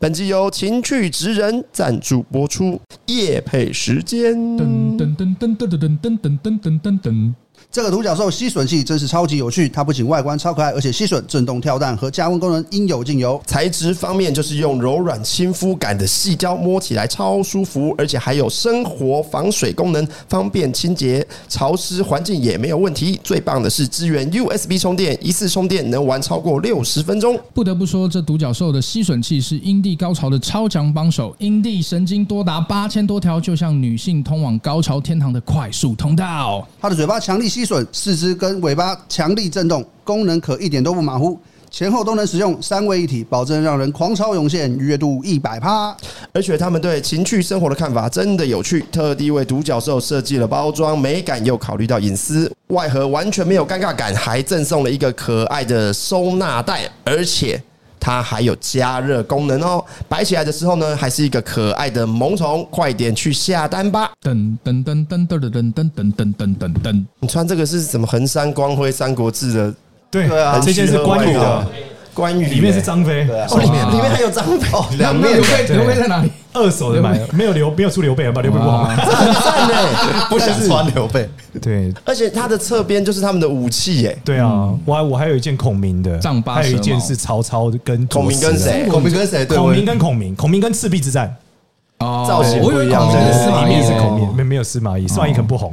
本集由情趣职人赞助播出，夜配时间。噔噔噔噔噔噔噔噔噔噔噔噔。这个独角兽吸吮器真是超级有趣，它不仅外观超可爱，而且吸吮、震动、跳蛋和加温功能应有尽有。材质方面，就是用柔软亲肤感的细胶，摸起来超舒服，而且还有生活防水功能，方便清洁，潮湿环境也没有问题。最棒的是支援 USB 充电，一次充电能玩超过六十分钟。不得不说，这独角兽的吸吮器是阴蒂高潮的超强帮手，阴蒂神经多达八千多条，就像女性通往高潮天堂的快速通道。它的嘴巴强力吸吮，四肢跟尾巴强力震动，功能可一点都不马虎，前后都能使用，三位一体，保证让人狂潮涌现，愉悦度一百趴。而且他们对情趣生活的看法真的有趣，特地为独角兽设计了包装，美感又考虑到隐私，外盒完全没有尴尬感，还赠送了一个可爱的收纳袋，而且。它还有加热功能哦，摆起来的时候呢，还是一个可爱的萌宠，快点去下单吧！噔噔噔噔噔噔噔噔噔噔噔噔。你穿这个是什么？衡山光辉三国志的对对啊这件是关羽很的虚，关羽里面是张飞，哦，里面里面还有张飞，两面刘备，刘备在哪里？二手的买，没有刘没有出刘备，啊把刘备不好买。啊很赞欸呢。不想穿刘备，对而且它的侧边就是他们的武器耶，对啊，我还我还有一件孔明的，丈嗯八蛇矛还有一件是曹操跟孔明跟左慈的谁？孔明跟谁？对，孔我明跟孔明，孔明跟赤壁之战，哦造型我不以一为样孔明哦对是司马里懿面是耶孔明，没没有司马懿，司马懿可能 不红。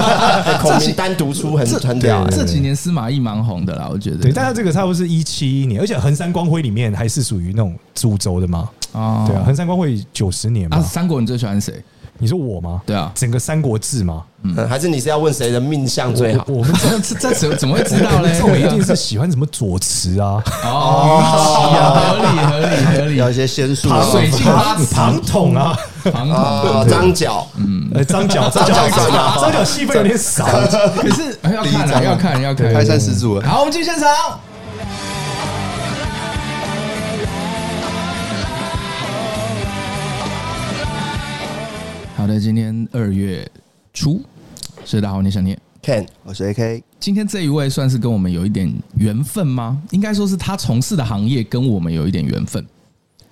哎孔明单独出很很屌这欸，几年司马懿蛮红的啦，我觉得。对，但他这个差不多是一七一年，而且衡山光辉里面还是属于那种株洲的嘛。哦对啊，衡山光辉九十年啊，嘛。三国你最喜欢谁？ 你说我吗？对啊整个《三国志》嘛，嗯还是你是要问谁的命相最好？我我们这这这怎怎么会知道嘞？这种一 定是喜欢什么左慈啊，哦， 合理合理 合理有一些仙术，啊水晶八庞庞统啊，庞统。啊，张角，呃，张角， 张角，张角戏份有点少。可是哎要看第一啊，张要看要看。开山始祖了。好，我们进现场。好的，今天二月初，是大家好，你想念。 Ken，我是 AK，今天这一位算是跟我们有一点缘分吗？应该说是他从事的行业跟我们有一点缘分。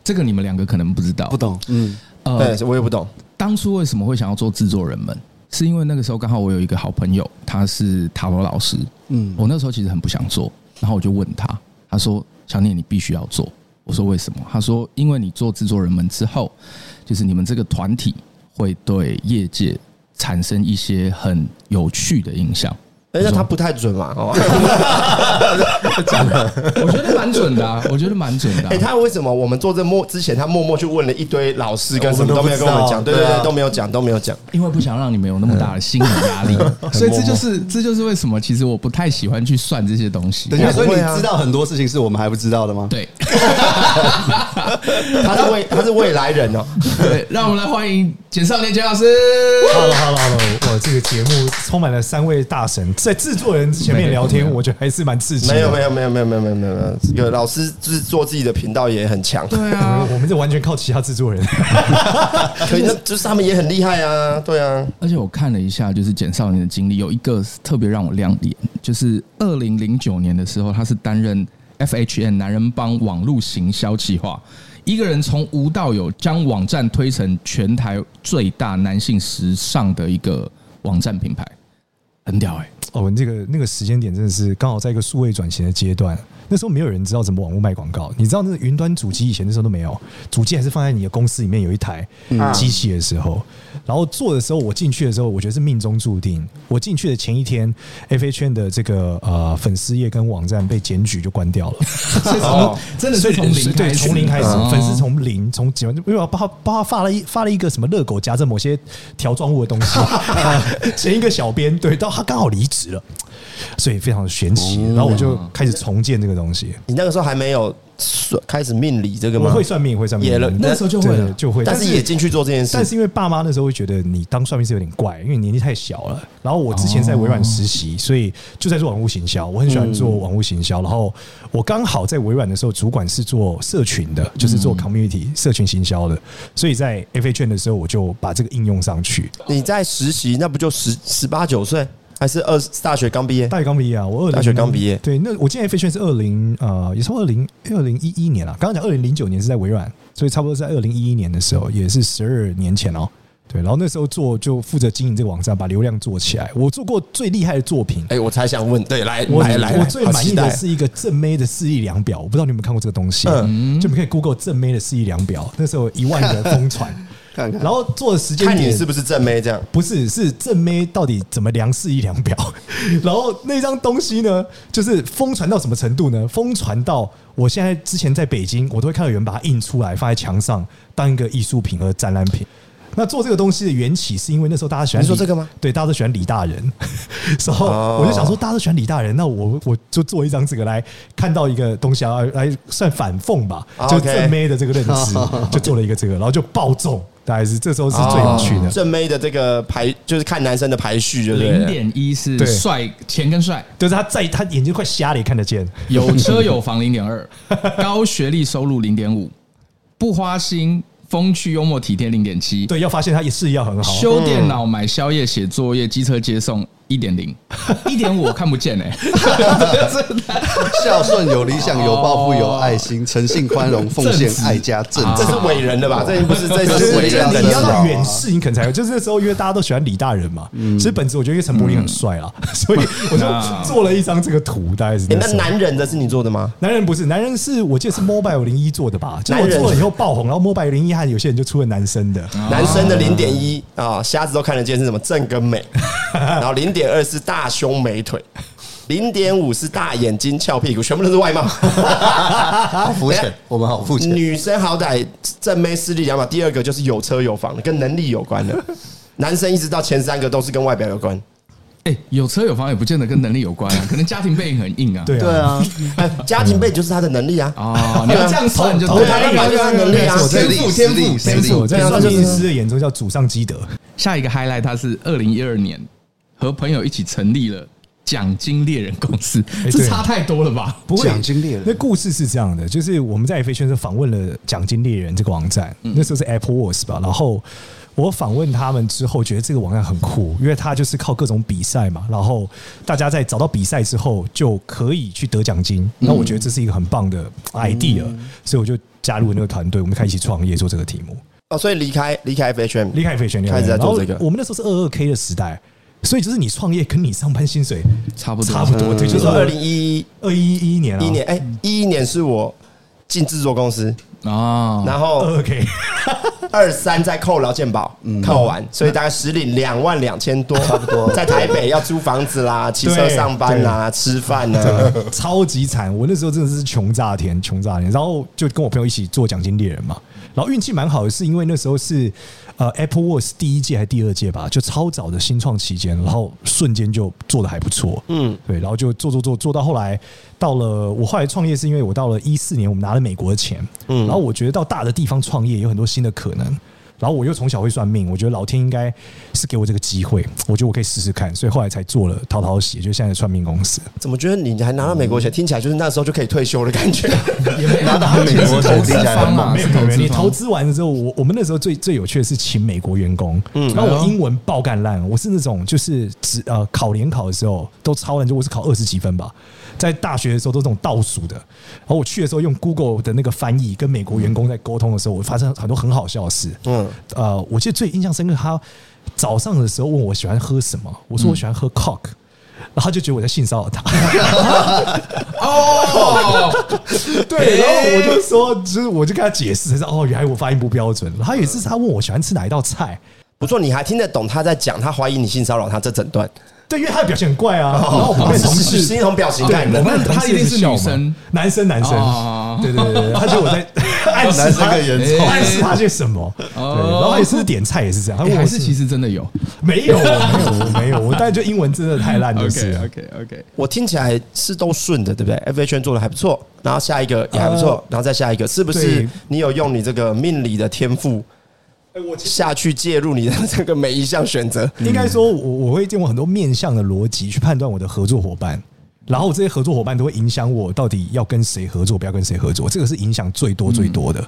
这个你们两个可能不知道。不懂，嗯，呃，对我也不懂，当初为什么会想要做制作人们？是因为那个时候刚好我有一个好朋友，他是塔罗老师。嗯嗯，我那时候其实很不想做，然后我就问他，他说：“小念，你必须要做。”我说：“为什么？”他说：“因为你做制作人们之后，就是你们这个团体会对业界产生一些很有趣的影 响。”而且他不太准嘛，哦，我觉得蛮准的、啊，我觉得蛮准的、啊。哎，他为什么我们做这默之前，他默默去问了一堆老师，跟什么都没有跟我们讲，我们都不知对对道对对，啊都没有讲，都没有讲，因为不想让你们有那么大的心理压 力，所以这就是这就是为什么其实我不太喜欢去算这些东西等。一下，所以你我也会啊知道很多事情是我们还不知道的吗？对，他是未他是未来人哦，对，让我们来欢迎简少年简老师。好了好了好了，我这个节目充满了三位大神，在制作人前面聊天，我觉得还是蛮刺激的。没有没有没有没有没有没有没有没有，有老师就是做自己的频道也很强，对啊，我们这完全靠其他制作人。可以，那就是他们也很厉害啊，对啊，而且我看了一下，就是简少年的经历，有一个特别让我亮眼，就是二零零九年的时候，他是担任 FHN 男人帮网络行销企划，一个人从无到有，将网站推成全台最大男性时尚的一个网站品牌，很屌哎、哦，我们这个那个时间点真的是刚好在一个数位转型的阶段。那时候没有人知道怎么网络卖广告，你知道那个云端主机以前那时候都没有，主机还是放在你的公司里面有一台机器的时候，然后做的时候，我进去的时候，我觉得是命中注定。我进去的前一天，F H N 的这个呃粉丝页跟网站被检举就关掉了，所以从真的哦是所以从零哦对从零开始，哦粉丝从从零从几万，因为我帮他帮他发了一发了一个什么热狗夹着某些条状物的东 西，前一个小编对，到他刚好离职了，所以非常的玄奇。然后我就哦开始重建这个东西，你那个时候还没有开始命理这个我吗？会算命，会算命，也了啊对那时候就会了，就会，但是也进去做这件事，但是因为爸妈那时候会觉得你当算命师有点怪，因为你年纪太小了。然后我之前在微软实习，所以就在做网络行销，我很喜欢做网络行销。然后我刚好在微软的时候，主管是做社群的，就是做 community 社群行销的，所以在 FA 券的时候，我就把这个应用上去。你在实习，那不就十十八九岁？还是二大学刚毕业？大学刚毕业啊，我二大学刚毕业对，那我进 F 圈是二零呃，也是二零二零一一年啦。刚刚讲二零零九年是在微软，所以差不多在二零一一年的时候，也是十二年前哦。对，然后那时候做就负责经营这个网站，把流量做起来。我做过最厉害的作品，哎，我才想问，对，来我来来，我来最好满意期的待是一个正妹的视力量表，我不知道你们有没有看过这个东西，嗯就你们可以 Google 正妹的视力量表，那时候有一万人 疯传，看看然后做的时间看点你是不是正妹这样。不是，是正妹到底怎么量视一量表？ 然后那张东西呢，就是疯传到什么程度呢？疯传到我现在之前在北京，我都会看到有人把它印出来放在墙上，当一个艺术品和展览品。那做这个东西的缘起，是因为那时候大家喜欢你说李这个吗？对，大家都喜欢李大人， 然后哦我就想说，大家都喜欢李大人，那我我就做一张这个来看到一个东西啊，来算反讽吧，啊就 OK 正妹的这个认 知，就做了一个这个，然后就爆中，大概是这时候是最有趣的哦。正妹的这个排就是看男生的排序，对不对？零点一是对帅，钱跟帅，就是他在他眼睛快瞎了也看得见，有车有房零点 二，高学历收入零点五，不花心，风趣幽默体贴零点七，对，要发现他也视力要很好。修电脑、买宵夜、写作业、机车接送一点 零，一点五我看不见哎、孝顺有理想有抱负有爱心，诚信宽容奉献爱家正这直是伟人的吧？这不是，这这是是伟伟人人的的你要知道到吗远视，你可能才会。就是那时候，因为大家都喜欢李大人嘛，嗯其实本质我觉得因为陈柏霖很帅啦， 所以我啊就做了一张这个图，大概是哎那那时候。男人的是你做的吗？男人不是，男人是我记得是 Mobile 零一做的嗯吧？就是男我人做了以后爆红，然后 Mobile 零一还有些人就出了男生的，嗯男生的零点一啊，瞎子都看得见是什么正跟美， 然后零点二是大胸美腿，零点五是大眼睛翘屁股，全部都是外 貌。等一好肤浅下，我们好肤浅。女生好歹正妹视力两秒，第二个就是有车有房的，跟能力有关的。男生一直到前三个都是跟外表有关。哎、有车有房也不见得跟能力有关 啊，可能家庭背景很硬啊。对啊，啊，哎家庭背景就是他的能力啊，哦，你要这样算就投对胎立了。马就是能力啊，实力实力没实错，力，在算命师的眼中叫祖上积德，下一个 highlight，他是二零一二年和朋友一起成立了奖金猎人公司，哎这对差太多了吧？不会奖金猎那人故事是这样的，就是我们在 F A 圈是访问了奖金猎人这个网站，嗯那时候是 Apple Wars 吧，然后。我访问他们之后，觉得这个网站很酷，因为它就是靠各种比赛嘛，然后大家在找到比赛之后就可以去得奖金。嗯那我觉得这是一个很棒的 idea，、所以我就加入了那个团队，我们开始一起创业做这个题目。哦，所以离开离开 FHM，离开飞旋，开始在做这个然后我们那时候是二二 K 的时代，所以就是你创业跟你上班薪水差不多差不多，对，就就是是二二零零一二一一年啊，嗯一年，哎，一一年是我进制作公司，啊，然后二二 K。二三再扣劳健保，嗯扣完，所以大概实领两万两千多，差不多。在台北要租房子 啦，骑车上班啦，吃饭啦，超级惨，我那时候真的是穷炸天，穷炸天。然后就跟我朋友一起做奖金猎人嘛，然后运气蛮好的，是因为那时候是呃 Apple Watch 第一届还是第二届吧，就超早的新创期间，然后瞬间就做的还不错，嗯，对，然后就做做做做到后来，到了我后来创业是因为我到了一四年，我们拿了美国的钱，嗯，然后我觉得到大的地方创业有很多新的可能。然后我又从小会算命，我觉得老天应该是给我这个机会，我觉得我可以试试看，所以后来才做了淘淘鞋，就现在的算命公司。怎么觉得你还拿到美国钱？听起来就是那时候就可以退休的感 觉。也没有拿到美钱是投国奖资金猎人方嘛，没啊有是没有没有，你方投资完了之后，我我们那时候最最有趣的是请美国员工，嗯，然后我英文爆干烂，我是那种就是只呃考联考的时候都超烂，就我是考二十几分吧，在大学的时候都是这种倒数的，然后我去的时候用 Google 的那个翻译跟美国员工在沟通的时候，我发生很多很好笑的事，嗯，呃，我记得最印象深刻，他早上的时候问我喜欢喝什么，我说我喜欢喝 Cock。然后他就觉得我在性骚扰他，哦，对，然后我哎就说，就是我就跟他解释，他说哦，原来我发音不标准。然后有一次他问我喜欢吃哪一道菜，不错，你还听得懂他在讲，他怀疑你性骚扰他这整段，对，因为他的表现很怪哦啊，然后我旁边的同是事。是一种表情对，感我的。们他一定是女生，男生男哦生，对对对对，他觉得我在 暗示他男生更严重暗示他些什么，对，然后他也是点菜也是这样，他哦哎问我还是其实真的有。没有没有我没有，我但就英文真的太烂就是 OK 了， OK OK，我听起来是都顺的，对不对？F H N 做的还不错，然后下一个也还不错呃，然后再下一个，是不是对你有用你这个命理的天赋下去介入你的这个每一项选择？应该说，我我会用很多面向的逻辑去判断我的合作伙伴，然后这些合作伙伴都会影响我到底要跟谁合作，不要跟谁合作，这个是影响最多最多的。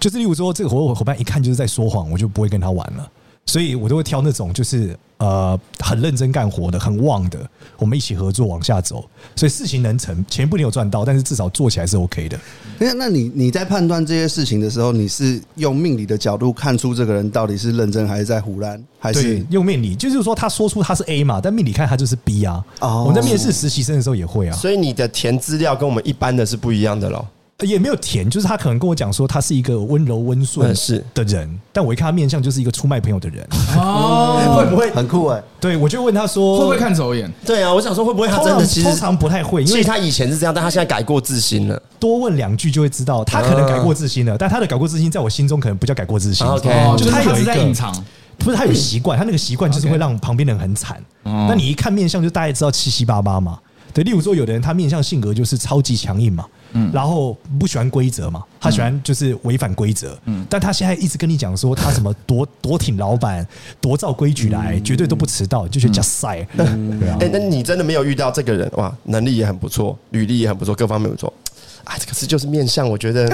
就是例如说，这个合作伙伴一看就是在说谎，我就不会跟他玩了。所以我都会挑那种就是呃很认真干活的、很旺的，我们一起合作往下走。所以事情能成，钱不一定有赚到，但是至少做起来是 OK 的。那那你你在判断这些事情的时候，你是用命理的角度看出这个人到底是认真还是在胡乱，还对是，用命理就是说他说出他是 A 嘛，但命理看他就是 B 啊。哦我们在面试实习生的时候也会啊，所以你的填资料跟我们一般的是不一样的喽。也没有甜，就是他可能跟我讲说他是一个温柔温顺嗯是的人，但我一看他面相就是一个出卖朋友的人。 哦，会不会？很酷哎、对，我就问他说会不会看走眼？对啊，我想说会不会他通真常的其通实，常不太会，因其为实他以前是这样，但他现在改过自新了。多问两句就会知道，他可嗯能改过自新了，但他的改过自新在我心中可能不叫改过自新。啊 OK 哦，就就是是他他有是一在个隐藏，不是他有习惯，他那个习惯就是 OK 会让旁边的人很惨。哦那你一看面相就大概知道七七八八嘛。对，例如说有的人他面相性格就是超级强硬嘛，嗯然后不喜欢规则嘛，他喜欢就是违反规则。嗯但他现在一直跟你讲说他什么多多挺老 板，多照规矩来，嗯绝对都不迟到，你就觉得加塞。对啊哎、，那你真的没有遇到这个人哇？能力也很不错，履历也很不错，各方面不错。啊，这个是就是面相，我觉 得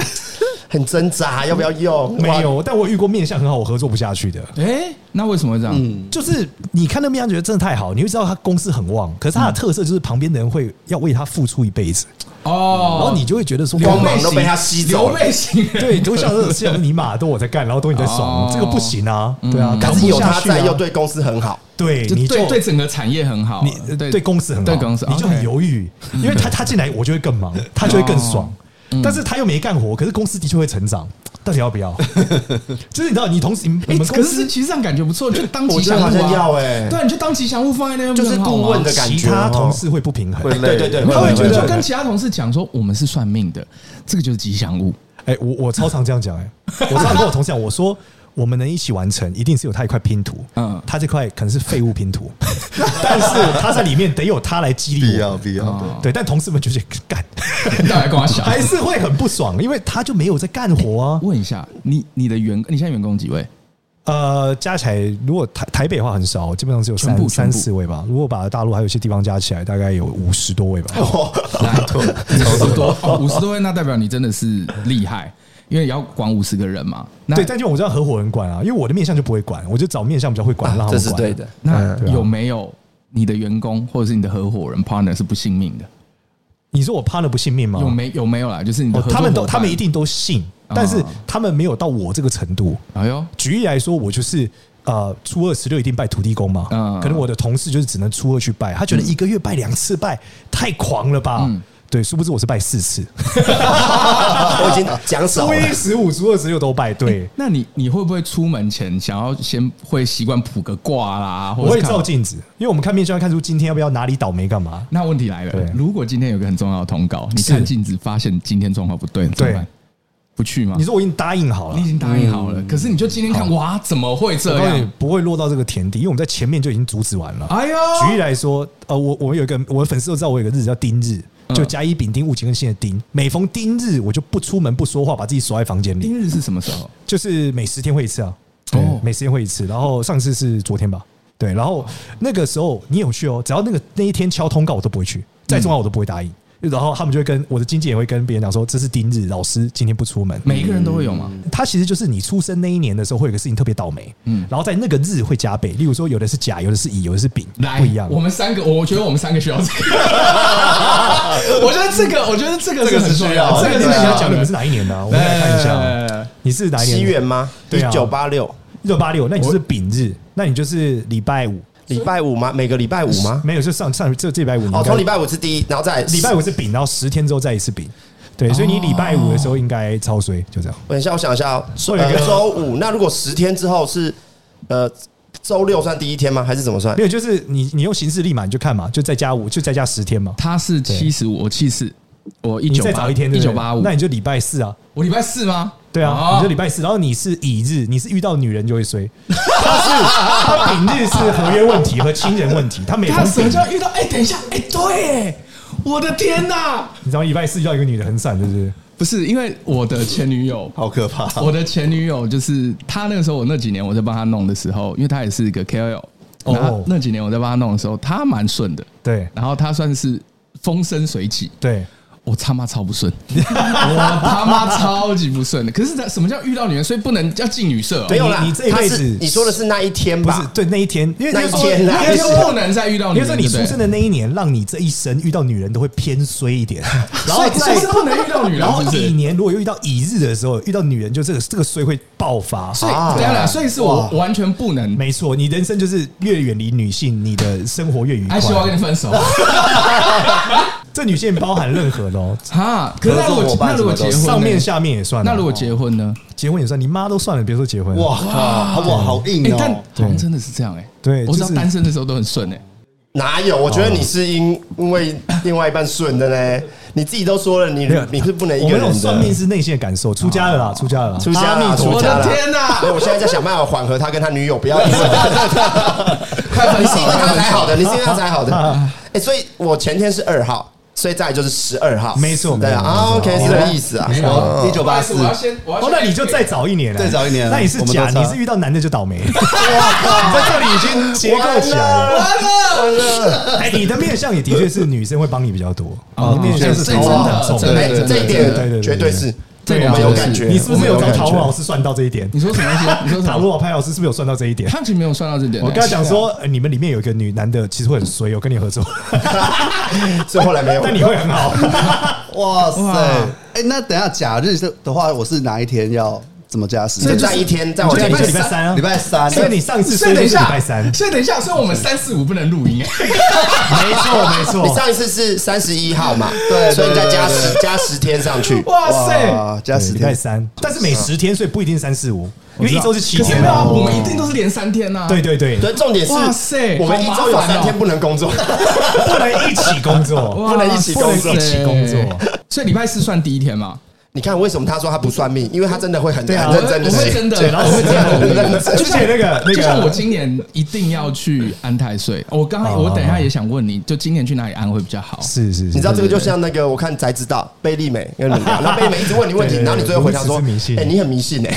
很挣扎，要不要用？没哇，有，但我有遇过面相很好，我合作不下去的。哎，那为什么会这样？就是你看那面相觉得真的太好，你会知道他公司很旺，可是嗯他的特色就是旁边的人会要为他付出一辈子，哦，然后你就会觉得说光哇芒都被他吸走流了。泪型人， 对，我想说，想说你马都我在干，然后都你在爽，哦这个不行啊，对啊，嗯扛可是不有下他去啊在，又对公司很好。对， 就你就对对整个产业很好，你呃对公司很好，对公司你就很 OK 嗯哦犹豫，因为他他进来我就会更忙，他就会更爽，但是他又没干活，可是公司的确会成长，到底要不要？ 就是你知道，你同时你哎，们可公是司其实这样感觉不错，就当吉我觉祥得物好像啊要欸对，你就当吉祥物放在那边，就是不很好吗顾问的感觉啊其哦他同事会不平衡会，累，对对对，他会觉得就跟其他同事讲说，我们是算命的，这个就是吉祥物。哎、我我超常这样讲，哎，我常常跟我同事讲，我说我们能一起完成，一定是有他一块拼图，嗯嗯，他这块可能是废物拼图， 但是他在里面得有他来激必励要我，必要啊的。对，但同事们就觉得干，你到底跟我想？还是会很不爽，因为他就没有在干活 啊，问一下，你你的员，你现在员工几位？呃，加起来如果台台北的话很少，基本上只有全部三三全部四位吧，如果把大陆还有一些地方加起来，大概有五十多位吧，哦 五十多， 哦五十多位，那代表你真的是厉害，因为也要管五十个人嘛。那对，但就我知道合伙人管啊，因为我的面相就不会管，我就找面相比较会管，啊让他这们是管，对的。那对啊有没有你的员工或者是你的合伙人 partner 是不信命的？你说我 partner 不信命吗？有没有没有啦？就是你的哦合，作他们伙都伴他们一。定都信，啊但是他们没有到我这个程度。哎呦，举例来说，我就是呃初二十六一定拜土地公嘛，嗯可能我的同事就是只能初二去拜，他觉得一个月拜两次拜太狂了吧。嗯对，殊不知我是拜四次， 我已经讲初啊少 了一、。十五、初二、十六都拜。对，那你你会不会出门前想要先会习惯卜个卦啦？或我者会是看照镜子，因为我们看面相要看出今天要不要哪里倒霉干嘛。那问题来对了，如果今天有个很重要的通告，你是看镜子发现今天状况不对，怎么办对？不去吗？你说我已经答应好了嗯你已，经答应好了，嗯可是你就今天看，哇，怎么会我这告诉你样？不会落到这个田地，因为我们在前面就已经阻止完了。哎呦，举例来说，呃，我我有一个我的粉丝都知道我有一个日子叫丁日，嗯就甲乙丙丁戊己庚辛的丁。每逢丁日，我就不出门不说话，把自己锁在房间里，今日是什么时候？就是每十天会一次啊，对哦，每十天会一次。然后上次是昨天吧，对，然后那个时候你有去哦，只要那个那一天敲通告我都不会去，再重要我都不会答应。然后他们就会跟我的经纪人会跟别人讲说，这是丁日，老师今天不出门。每个人都会有吗？它其实就是你出生那一年的时候，会有个事情特别倒霉，嗯嗯，然后在那个日会加倍。例如说，有的是甲，有的是乙，有的是丙，来，不一样。我们三个，我觉得我们三个需要这个。 我觉得这个，我觉得这个是很重要，这个这是个你是要要讲讲你们是的。哎哪一年的啊、我们来看一下，你是哪一年？西元吗？对一啊九八六，一九八六，那你就是丙日，那你就是礼拜五，礼拜五吗？每个礼拜五吗？没有，就上上这这礼拜五你应该，哦，从礼拜五是第一，然后再礼拜五是丙，然后十天之后再一次丙，对，所以哦你礼拜五的时候应该超衰，就这样。等一下，我想一下哦。所以有一个呃，周五，那如果十天之后是呃周六算第一天吗？还是怎么算没？有，就是你你用形式力嘛，你就看嘛，就再加五，就再加十天嘛，他是七十五，我七四，我一你九再早一天，对一不对九八五那。你就礼拜四啊，我礼拜四吗？对啊，哦你就礼拜四，然后你是乙日，你是遇到女人就会衰，他是他丙日是合约问题和亲人问题，他每逢他什丙么叫遇到？哎，等一下，哎，对，哎我的天哪！你知道礼拜四遇到一个女的很闪，对不对？不是因为我的前女 友，好可怕！我的前女友就是她那个时候，我那几年我在帮她弄的时候，因为她也是一个 KOL，哦然后那几年我在帮她弄的时候，她蛮顺的，对然后她算是风生水起。对，我他妈超不 顺，我他妈超级不顺的。可是他什么叫遇到女人？所以不能要进女社、哦，没有啦，你你这一辈子他是你说的是那一天不是吧？对那一天，因为那一就是天啦因为就说不能再遇到女你人。就说你出对不对生的那一年，让你这一生遇到女人都会偏衰 一点，然后所在以是不能遇到女人然后哦是不是乙年如果又遇到乙日的时候，遇到女人就这个这个衰会爆发。所以啊等一下啦，所以是我完全不能。没错，你人生就是越远离女性，你的生活越愉快艾希，。我要跟你分手这女性包含任何的哦，哈？ 可是那如合作果伙伴那如果什结么都婚呢，上面下面也算哦。那如果结婚呢？结婚也算，你妈都算了，别说结婚。哇哇，靠，哇，好硬哎，但哦！好像真的是这样哎。对我知道就是单身的时候都很顺哎。哪有？我觉得你是因因为另外一半顺的嘞，你自己都说了，你没有你是不能我一个们那种人算命的。是内心的感受，出家了啦，出家了啦，出家阿了，弥陀出佛家了！我的天哪所以我现在在想办法缓和他跟他女友不要 一起。快分手！你是因为他才好的，你是因为他才好啊的。哎，所以我前天是二号，所以再来就是十二号，没错对啊没错啊，OK，没是错这个意思啊。我一九八四不，好意思我要先，我要哦先，那你就再早一年了，再早一年那你是我们都假，差你是遇到男的就倒 霉。在这里已经结构起来了。完了，哎，你的面相也的确是女生会帮你比较多，哦你的面相是这桃花很重真的哎真的这一真的点绝对是，对啊我们有感觉。你是不是有我们找感觉桃花老师算到这一点你？说什么东西？你说什塔罗么？老派老师是不是有算到这一点？他其实没有算到这点欸。我跟他讲说，呃你们里面有一个女男的，其实会很衰，我跟你合作，所以后来没有。但你会很好。哇哇塞！哎，那等一下假日的的话，我是哪一天要怎么加时就间？在一天，在我就这礼里拜三啊，礼拜三，所以你上一次所以衰就等一是礼下，拜 三，所以等一下，所以我们三四五不能录音哎。没错没你错。上一次是三十一号嘛？对所以你再加对对十加十天上去。哇塞！哇，加对十礼拜天，三，但是每十天，所以不一定三四五，因为一周是七可是天没有啊，嘛。我们一定都是连三天呐。对对对，对，重点是，哇塞我们一周有三天不能工作， 不能一起工作，哇，不能一起不能工作一起工作。对。所以礼拜四算第一天嘛？你看为什么他说他不算命？因为他真的会很对啊很认真的我会真写。的，对然后我会真的很认认真真之前那个那就像我个，今年一定要去安太岁，我刚刚哦我等一下也想问你，就今年去哪里安会比较好？是是，你知道这个就像那个，我看才知道贝利美跟你们聊，然后贝利美一直问你问题，对对对然后你最后回答我说一直是迷：“信哎，你很迷信哎。”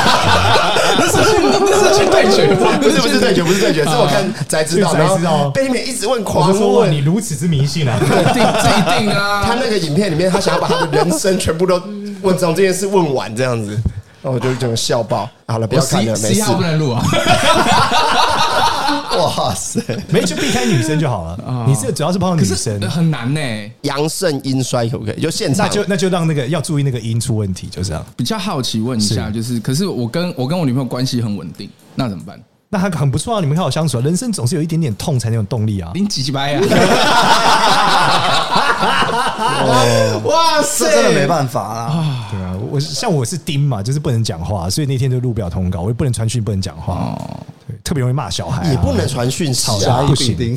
那是去那是去对决， 不是不是对决，不是对决，是我看才知道，是才然知道后贝利美一直问我狂就说哇，问你如此之迷信啊！这 一定这一定啊！他那个影片里面，他想要把他的人生全部都问从这件事问完这样子，哦那我就整个笑爆。好了，不我要十看了，一没十一事号。不能录 啊，哇塞！没就避开女生就好了。你这主要是碰到可女是生，很难呢。阳盛阴衰可不可以？就现那场就那就让那个要注意那个音出问题，就这样。比较好奇问一下，是就是可是我跟我跟我女朋友关系很稳定，那怎么办？那还很不错啊，你们很好相处啊。人生总是有一点点痛才能有动力啊。零几几百呀？哇塞这真的没办法啦，对啊，我我像我是丁嘛，就是不能讲话，所以那天就录不了通告，我也不能传讯，不能讲话，哦，对特别容易骂小孩啊。也不能传讯息吵啊架。不行丁，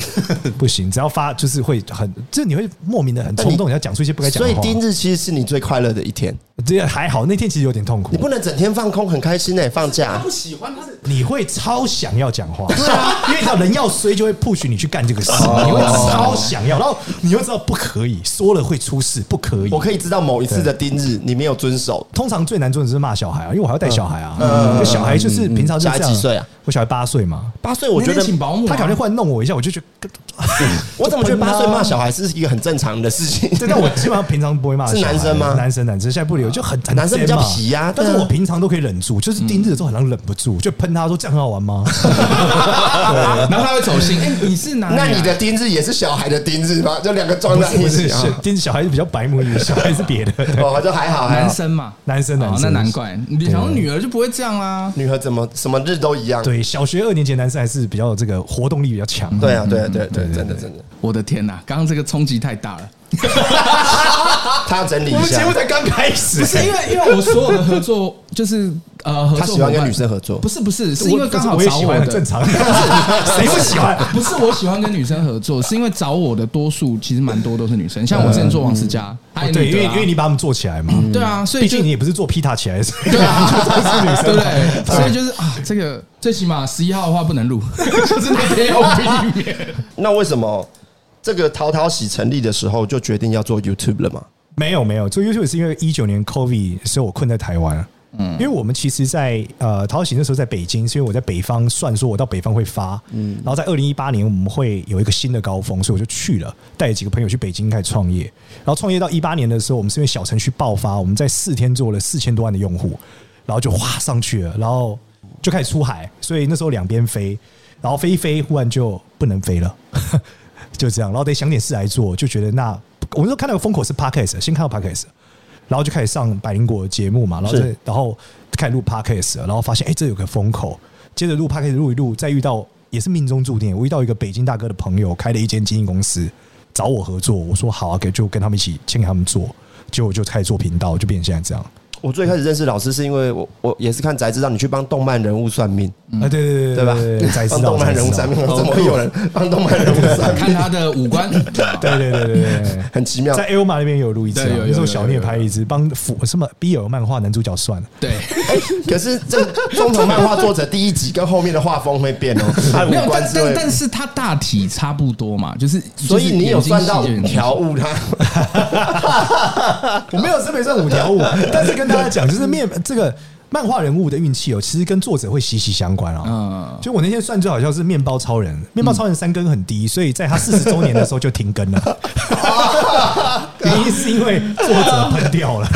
不行，只要发就是会很，就是你会莫名的很冲动，你要讲出一些不该讲所的以话。丁日其实是你最快乐的一天，这个还好，那天其实有点痛苦你，不能整天放空，很开心呢。放假喜欢他的你会超想要讲话，对啊，因为你知道人要衰就会 push 你去干这个事，哦你会超想要，然后你会知道不可以，说了会出事，不可以。我可以知道某一次的丁日你没有遵守，通常最难做的是骂小孩啊，因为我还要带小孩啊，就小孩就是平常就小孩几岁啊？我小孩八岁嘛，八 岁我觉那得天请保姆啊，他搞天忽然弄我一下，我就觉得，我怎么觉得八岁骂小孩是一个很正常的事情？对，但我基本上平常不会骂小孩。是男生吗男生，男生现在不留，就很很男生比较贱嘛皮啊对但啊是我平常都可以忍住，就是盯着的时候好像忍不住，就喷他说这样很好 玩吗？然后他会走心。哎，你是哪里那啊？你的丁日也是小孩的丁日吗？就两个撞 不在是一不是，起啊？是盯着小孩子比较白目一点，小孩是别的。对哦，就还好，还好男生嘛，男生男哦生那难怪。你想说女儿就不会这样啊啦。女孩怎么什么日都一样？对，小学二年级男生还是比较有这个活动力比较强。嗯对啊，对啊，对啊对啊，真的真的， 我的天哪，刚刚这个冲击太大了。他要整理我一们节下目。才刚开始，欸不是因为因为我所有的合作就是呃，合作他喜欢伙伴跟女生合作不是不是，我是因为刚好我也找喜我欢，的很 正常。谁不喜欢？ 哦不是我喜欢跟女生合作，是因为找我的多数其实蛮多都是女生，像我之前做王思佳，爱嗯哦对，你因为的因啊为你把他们做起来嘛。对啊，所以毕就竟你也不是做皮塔起来的，所 以 对啊，对生不对？所以就是啊，这个最起码十一号的话不能录， 就是那天要避免。那为什么这个淘淘喜成立的时候就决定要做 YouTube 了吗？没有没有，做 YouTube 是因为一九年 COVID，所以我困在台湾，嗯，因为我们其实在，呃讨喜那时候在北京，是因为我在北方算说我到北方会发，嗯，然后在二零一八年我们会有一个新的高峰，所以我就去了，带着几个朋友去北京开始创业，然后创业到一八年的时候，我们是因为小程序爆发，我们在四天做了四千多万的用户，然后就哗上去了，然后就开始出海，所以那时候两边飞，然后飞一飞，忽然就不能飞了。 就这样，然后得想点事来做，就觉得那我那时候看到个风口是 podcast，先看到 podcast，然后就开始上百灵果的节目嘛，然后再然后开始录 podcast，然后发现哎、这有个风口，接着录 podcast 录一录，再遇到也是命中注定，我遇到一个北京大哥的朋友开了一间经纪公司找我合作，我说好啊，给就跟他们一起签给他们做，结果就开始做频道，就变成现在这样。我最开始认识老师是因为我我也是看宅知道你去帮动漫人物算命，啊，对对对对吧才？知帮道动漫才知人物道算命，怎么会有人 帮动漫人物算看命？他的五官， 对对对对对对。很奇妙。在 L 马那边也有录一次、啊，对有有有那时候小聂拍一支，帮辅什么 BL 漫画男主角算了。对，哎可是这个中藤漫画作者第一集跟后面的画风会变哦，他的没有五，官但是但会。但是他大体差不多嘛，就是所以你有算到五，就是眼睛细就条悟他？ 我没有真没算五条悟，啊但是跟大家讲，就是面这个漫画人物的运气哦，其实跟作者会息息相关啊、嗯就我那天算最好笑是面包超人，面包超人三根很低，所以在他四十周年的时候就停更了。 原因是因为作者喷掉了，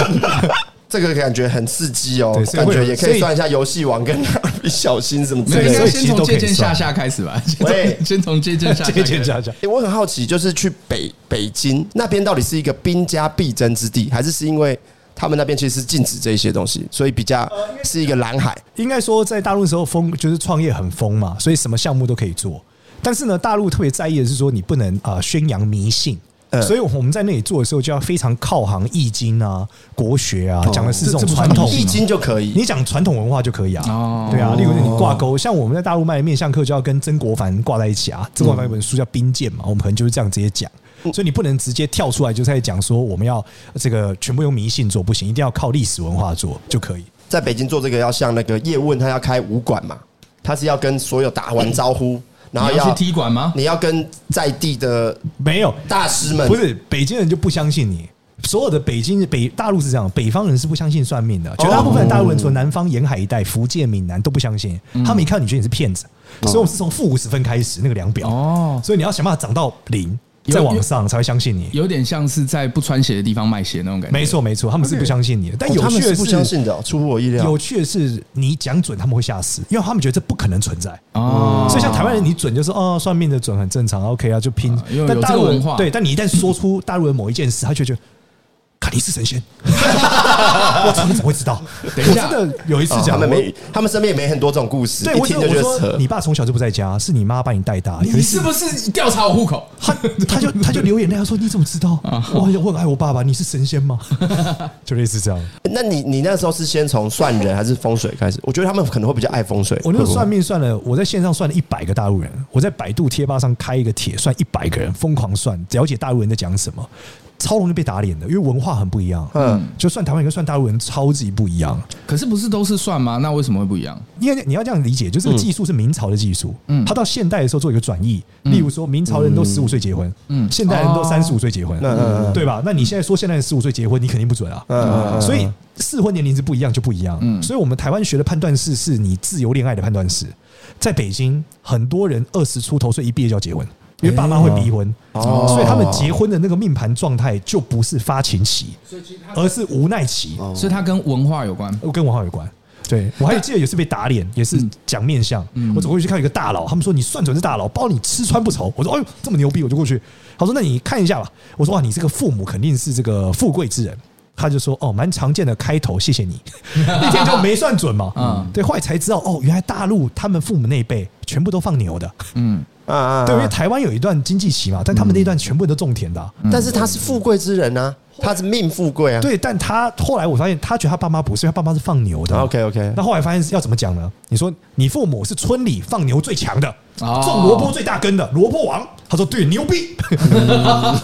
这个感觉很刺激哦对，所以感会有觉也可所以以算一下游戏王跟蜡笔小新什么之没有，类应的该。所以其先实从都可以借鉴下算下开始吧， 先喂从先从借鉴 下下开这始件家讲。欸我很好奇，就是去北北京那边到底是一个兵家必争之地，还是是因为他们那边其实是禁止这些东西，所以比较是一个蓝海？应该说，在大陆的时候疯，就是创业很疯嘛，所以什么项目都可以做。但是呢，大陆特别在意的是说，你不能啊、呃宣扬迷信。嗯所以我们在那里做的时候，就要非常靠行易经啊、国学啊，讲的是这种这这不传算统。易经就可以你讲传统文化就可以啊哦，对啊，例如你挂钩，像我们在大陆卖的面相课就要跟曾国藩挂在一起啊。曾国藩有本书叫《兵谏》嘛，我们可能就是这样直接讲，所以你不能直接跳出来就在讲说我们要这个全部用迷信做不行，一定要靠历史文化做就可以。在北京做这个，要像那个叶问，他要开武馆嘛，他是要跟所有打完招呼，然后你要去要踢馆吗？你要跟在地的没有，大师们不是北京人就不相信你。所有的北京北大陆是这样，北方人是不相信算哦命的，绝大部分的大陆人除了南方沿海一带、福建、闽南都不相信，嗯他们一看你觉得你是骗子，哦所以我们是从负五十分开始那个量表，哦所以你要想办法涨到零，有再往上才会相信你。有点像是在不穿鞋的地方卖鞋那种感觉。没错没错，他们是不相信你的，但哦哎有他趣们的是不相信的哦，出乎我意料有。趣的是你讲准他们会吓死，因为他们觉得这不可能存在。哦，所以像台湾人，你准就是哦，算命的准很正常，OK 啊，就拼啊因为。但有大这陆个人文化对，但你一旦说出大陆人某一件事，他就觉得。卡尼是 神仙，我怎么怎么会知道？等一下我真的有一次哦他讲，们我没，他们身边也没很多这种故事，对一我只听有就觉我得说，扯你。爸从小就不在家，是你妈把你带 大。有一你次是不是调查我户口？他他就他就流眼泪，他说你怎么知 道？哦我很哎我很爱我爸爸，你是神仙吗？ 就类似这样。那你你那时候是先从算人还是风水开始？我觉得他们可能会比较爱风水。我那会时候不会算命算了，我在线上算了一百个大陆人，我在百度贴吧上开一个帖，算一百个人，疯狂算，了解大陆人在讲什么，超容易被打脸的，因为文化很不一样。嗯，就算台湾人跟算大陆人超级不一样，可是不是都是算吗？那为什么会不一样？因为你要这样理解，就是这个技术是明朝的技术，嗯它到现代的时候做一个转移，例如说明朝人都十五岁结婚，嗯现代人都哦三十五岁结婚，嗯嗯对吧？那你现在说现代人十五岁结婚，你肯定不准啊，嗯所以适婚年龄是不一样就不一样。嗯所以我们台湾学的判断式是你自由恋爱的判断式，在北京很多人二十出头岁一毕业就要结婚。因为爸妈会哎逼婚，哦所以他们结婚的那个命盘状态就不是发情期，而是无奈哦期，所以它跟文化有关。跟文化有关。对我还记得有一次被打脸，也是讲面相，我走过去看一个大佬，他们说你算准是大佬，包你吃穿不愁。我说哎呦这么牛逼，我就过去。他说那你看一下吧。我说哇你这个父母肯定是这个富贵之人。他就说哦蛮常见的开头，谢谢你。一天就没算准嘛，嗯对，后来才知道哦原来大陆他们父母那一辈全部都放牛的，嗯，啊啊，对，因为台湾有一段经济期嘛，但他们那一段全部人都种田的啊、但是他是富贵之人啊，他是命富贵啊。对，但他后来我发现，他觉得他爸妈不是，因为他爸妈是放牛的。 ，OK OK，那后来发现是要怎么讲呢？你说你父母是村里放牛最强的，哦种萝卜最大根的萝卜王。他说对，牛 逼。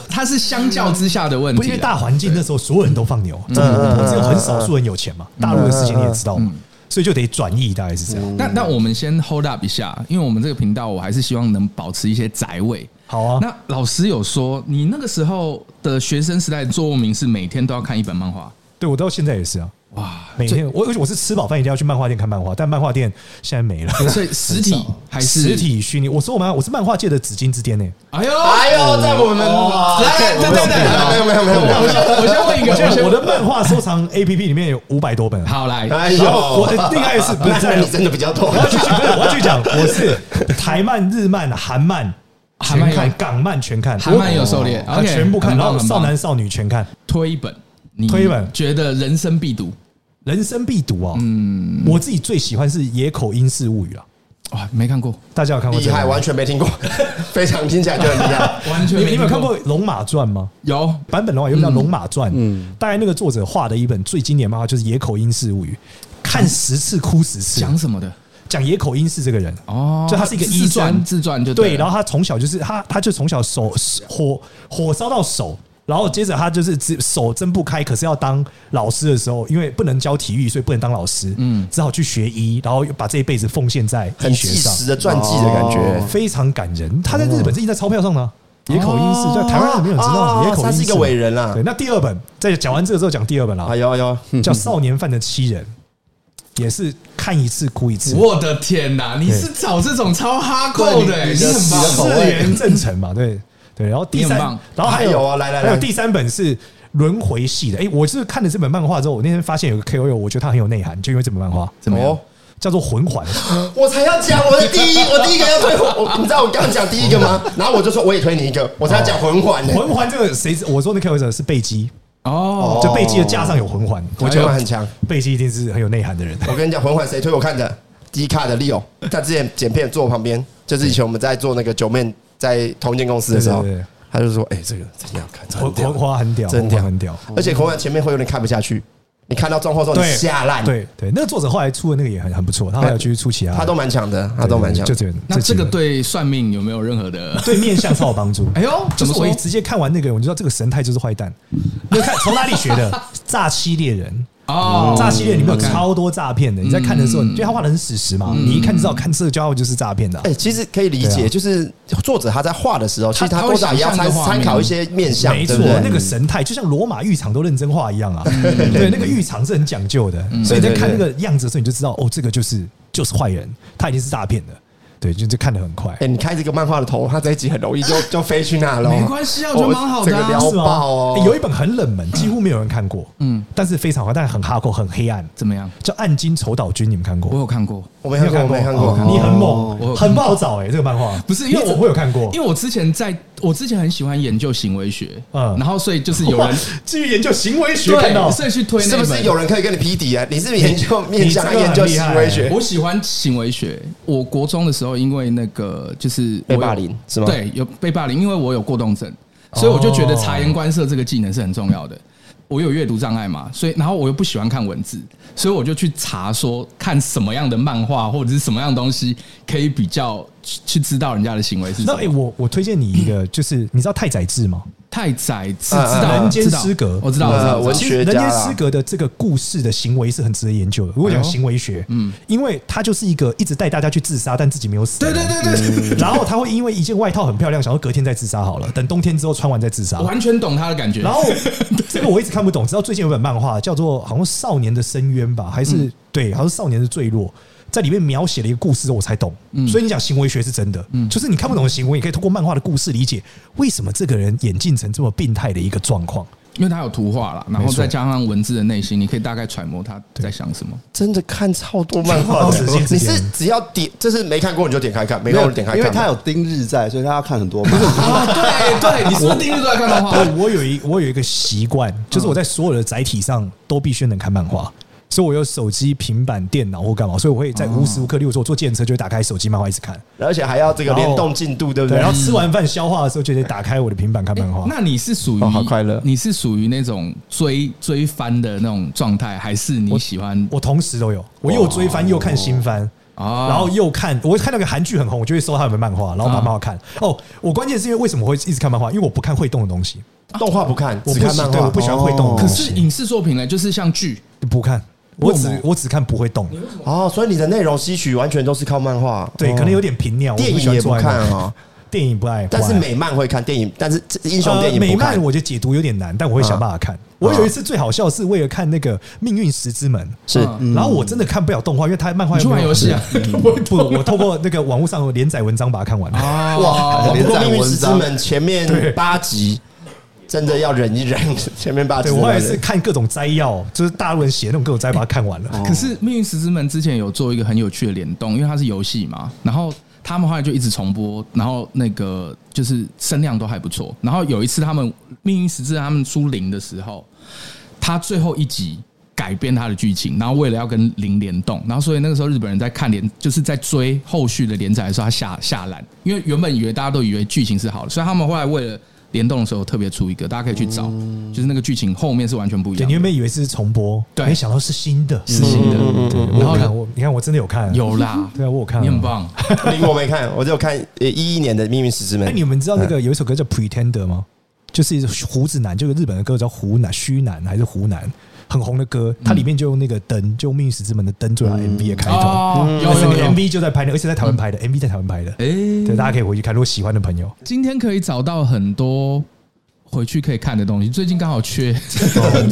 它是相较之下的问不题啊。是因为大环境那时候所有人都放牛，种嗯萝卜嗯只有嗯很少数人有钱嘛。嗯大陆的事情你也知道嘛，所以就得转移，大概是这样。那那我们先 hold up 一下，因为我们这个频道，我还是希望能保持一些宅味。好啊，那老师有说，你那个时候的学生时代座右铭是每天都要看一本漫画，对我到现在也是啊。哇，每天我我是吃饱饭一定要去漫画店看漫画，但漫画店现在没了。 所以实体还是实？体虚拟？我说我们我是漫画界的紫金之巅呢、哎呦，哎呦，在我哦们来来对对对对对，对没有没有没有没我有，先我先问一个，我我现在先我的漫画收藏 A P P 里面有五百多本。好来，哎然后我呦，的另外 一次不那是在那你真的比较多我。要去讲，不是我要去讲，我是台漫、日漫、韩漫、韩漫全看有港漫全看，韩漫有狩猎我啊 OK，全部看，很然棒后很棒少男少女全看，推一本，你推一本觉得人生必读人生必读哦。嗯，我自己最喜欢是《野口英式物语》啊，哇？没看过，大家有看过？厉害，完。全没 听过，非常听起来就很厉害。完全你们你们有看看过？《龙马传》吗？有，版本的话，有一个叫《龙马传》，嗯大概那个作者画的一本最经典漫画就是《野口英式物语》，看十次哭十次。讲什么的？讲野口英世这个人哦就他是一个医自传生自传就对对，了然后他从小就是他，他就从小手火火烧到手，然后接着他就是只手睁不开，可是要当老师的时候，因为不能教体育，所以不能当老师，嗯，只好去学医，然后把这一辈子奉献在 很医学纪上，实的传记的感觉。非常感人。他在日本是印在钞票上呢。野口英世哦在台湾人没有人知道哦野口他英世是一个伟人啦对，那第二本在讲完这个之后讲第二本啦哎，呦哎呦，叫《少年犯的七人》，也是看一次哭一次。我的天哪！你是找这种超哈扣的，你对你的很棒你的口四味元正成嘛，对对。然后第三你很棒，然后还还有有啊来来来还有第三本是轮回系的。哎，我是看了这本漫画之后，我那天发现有个 KOL，我觉得他很有内涵，就因为这本漫画怎么样哦叫做《魂环》。我才要讲我的第一，我第一个要推我，我你知道我刚讲第一个吗？然后我就说我也推你一个，我才要讲魂环呢。魂环这个谁知？我说那 KOL 是贝基，哦，就贝基的架上有魂环，我我觉觉得很得强。贝基一定是很有内涵的人。 我跟你讲，魂环谁推我看的？低卡的 Leo，他之前剪片坐我旁边，就是以前我们在做那个九面在同一间公司的时候对对对，他就说：“哎，这个真的要看，真魂 的要魂环很屌，真魂屌环很屌。看而且魂环前面会有点看不下去，你看到状况之后你对，下烂，对对，那个作者后来出的那个也很很不错，他还有继续出其他的，他都蛮强的，他都蛮强。对对对就这那这个几本对算命有没有任何的？对面相超有帮助。哎呦，怎就是么我说一直接看完那个，我就知道这个神态就是坏蛋。你看从哪里学的？诈欺猎人。哦诈欺猎人里面有看超多诈骗的，你在看的时候，因为他画的很史实嘛，你一看就知道，看这个家伙就是诈骗的啊哎、。其实可以理对解，啊就是作者他在画的时候，其实他他多少也要参他会想象这个画面参考一些面相，没对错不对？，嗯那个神态就像罗马浴场都认真画一样啊。对，那个浴场是很讲究的，所以你在看那个样子的时候，你就知道哦，这个就是就是坏人，他一定是诈骗的。对，就就看得很快哎、。你开这个漫画的头，他这一集很容易就就飞去那了。没关系啊，我觉得蛮好的这个聊啊。是吗爆哦欸有一本很冷门，几乎没有人看过，嗯嗯，但是非常好，但很哈扣，很黑暗，怎么样？叫《暗金丑岛君》，你们看过？我有看过，我没看过，我没看过。哦哦你我有很猛，看很不好找哎、这个漫画不是因为你我怎么会有看过？因为我之前在，我之前很喜欢研究行为学，嗯嗯，然后所以就是有人至于研究行为学看到对，，所以去推是那不本。是有人可以跟你匹敌啊？你是不是研究你面相，你还这个研究很厉行害为学？ 我喜欢行为学。我国中的时候，因为那个就是我有被霸凌是吗哦对，有被霸凌，因为我有过动症，所以我就觉得察言观色这个技能是很重要的。我有阅读障碍嘛，所以然后我又不喜欢看文字，所以我就去查说看什么样的漫画或者是什么样的东西可以比较去去知道人家的行为是什那么哎、。欸我我推荐你一 个，就是你知道太宰治吗？太宰治知嗯嗯嗯道呃人间知道失格我知道，我知道，呃我文学知道其实人家间啦失格的这个故事的行为是很值得研哎究的。如果讲行为学，嗯，因为他就是一个一直带大家去自杀，但自己没有死。对对。对对对，然后他会因为一件外套很漂亮，想要隔天再自杀好了，等冬天之后穿完再自杀我。完全懂他的感觉。 然后这个我一直看不懂，直到最近有本漫画叫做好像《少年的深渊》吧，还是、嗯对，好像《少年的坠落》。在里面描写了一个故事，我才懂。嗯所以你讲行为学是真的，就是你看不懂的行为，你可以通过漫画的故事理解为什么这个人演进成这么病态的一个状况。因为它有图画啦，然后没错再加上文字的内心，你可以大概揣摩他在想什么。真的看超多漫画哦的是是，是你是只要点，就是没看过你就点开看，没看过就点开看。因为他有盯日在，所以大家看很多嘛。啊，对对，你是不是第一次都在看漫 画？我我有一我有一个习惯，就是我在所有的载体上都必须能看漫画，所以我有手机、平板、电脑或干嘛，所以我会在无时无刻，例如说我坐电车就会打开手机漫画一直看。而且还要这个哦联动进度，对不对，对？嗯然后吃完饭消化的时候就得打开我的平板看漫画。哎那你是属于哦好快乐你是属于那种追追番的那种状态，还是你喜欢我同时都有，我又追番又看新番。啊哦然后又看，我看那个韩剧很红，我就会搜他们的漫画，然后把漫画看。哦，我关键是因为为什么我会一直看漫画？因为我不看会动的东西，动画不看，我只不看喜漫对画。哦我不喜欢会动的可东是西，影视作品呢？就是像剧，不看，我为什么只我只看不会动。哦，所以你的内容吸取完全都是靠漫画。哦对，可能有点频尿，我电不喜影欢也不坐在那看啊，电影不爱，但是不爱美漫会看电影，但是这英雄呃电影美不看啊漫。我觉得解读有点难，但我会想办法看。我有一次最好笑是为了看那个《命运石之门》，是嗯然后我真的看不了动画，因为它漫画你去又没玩有游戏啊？ 不不，我透过那个网络上连载文章把它看完了。啊，哇哇，不连过《载命运石文之章门》前对面八集真的要忍一忍，前面八集对真我啊的要后来忍。是看各种摘要，就是大陆人写那种各种摘要把它看完了。可是《命运石之门》之前有做一个很有趣的联动，因为它是游戏嘛，然后他们后来就一直重播，然后那个就是声量都还不错。然后有一次他们《命运石之门》他们出零的时候，他最后一集。改变它的剧情，然后为了要跟零联动，然后所以那个时候日本人在看连，就是在追后续的连载的时候，他下下烂，因为原本以为大家都以为剧情是好的，所以他们后来为了联动的时候特别出一个，大家可以去找，就是那个剧情后面是完全不一对，样的你原。本以为是重播，对没想到是新的，是新的的然然后后呢看我，你看我真的有 看，有啦，对啊，我有看，你很。棒。零我没看，我只有看呃一一年的《命运石之门哎，》。你们知道那个有一首歌叫《Pretender》吗？就是胡子男，就是日本的歌叫湖南、虚南还是湖南，很红的歌。它里面就用那个灯，就用《命运石之门》的灯做它 MV 的开头。哦，有但是有那个有。 MV 就在拍的，而且在台湾拍的，MV 在台湾拍的。对，哎，大家可以回去看，如果喜欢的朋友。今天可以找到很多回去可以看的东西。最近刚好缺，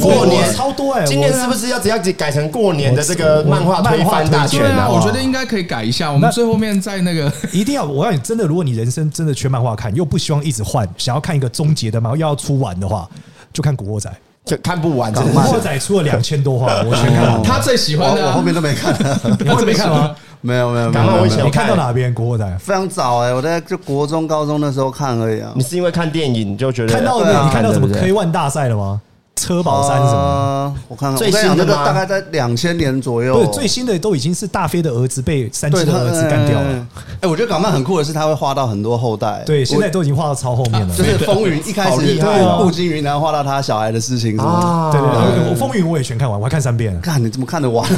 过年哇超多哎，今我年是不是要只要改成过年的这个漫画推翻大全对啊，啊？我觉得应该可以改一下。我们最后面在那个，一定要，我让你真的，如果你人生真的缺漫画看，又不希望一直换，想要看一个终结的漫画，又要出完的话，就看《古惑仔》。就看不完，真《的古是惑仔》出了两千多话，我全看了。 他最喜我欢的啊，我 后面都没看，你后面没看啊吗？没有没有没刚刚有我没想有，你看到哪边《古惑仔》？非常早哎，我在就国中高中那时候看而已啊你。是因为看电影就觉得看到对啊你看到什么对不对 K One 大赛了吗？车保山什么呃我看看，最我跟你讲新的那个吗大概在两千年左的？右，不是最新的都已经是大飞的儿子被三七对的他儿子干掉了。。哎、我觉得港漫很酷的是，他会画到很多后代。对，我现在都已经画到超后面了。就对是风云一开好始厉害哦步惊云南画到他小孩的事情什么啊，对对，我风云我也全看完，我还看三遍的。。看你怎么看得完？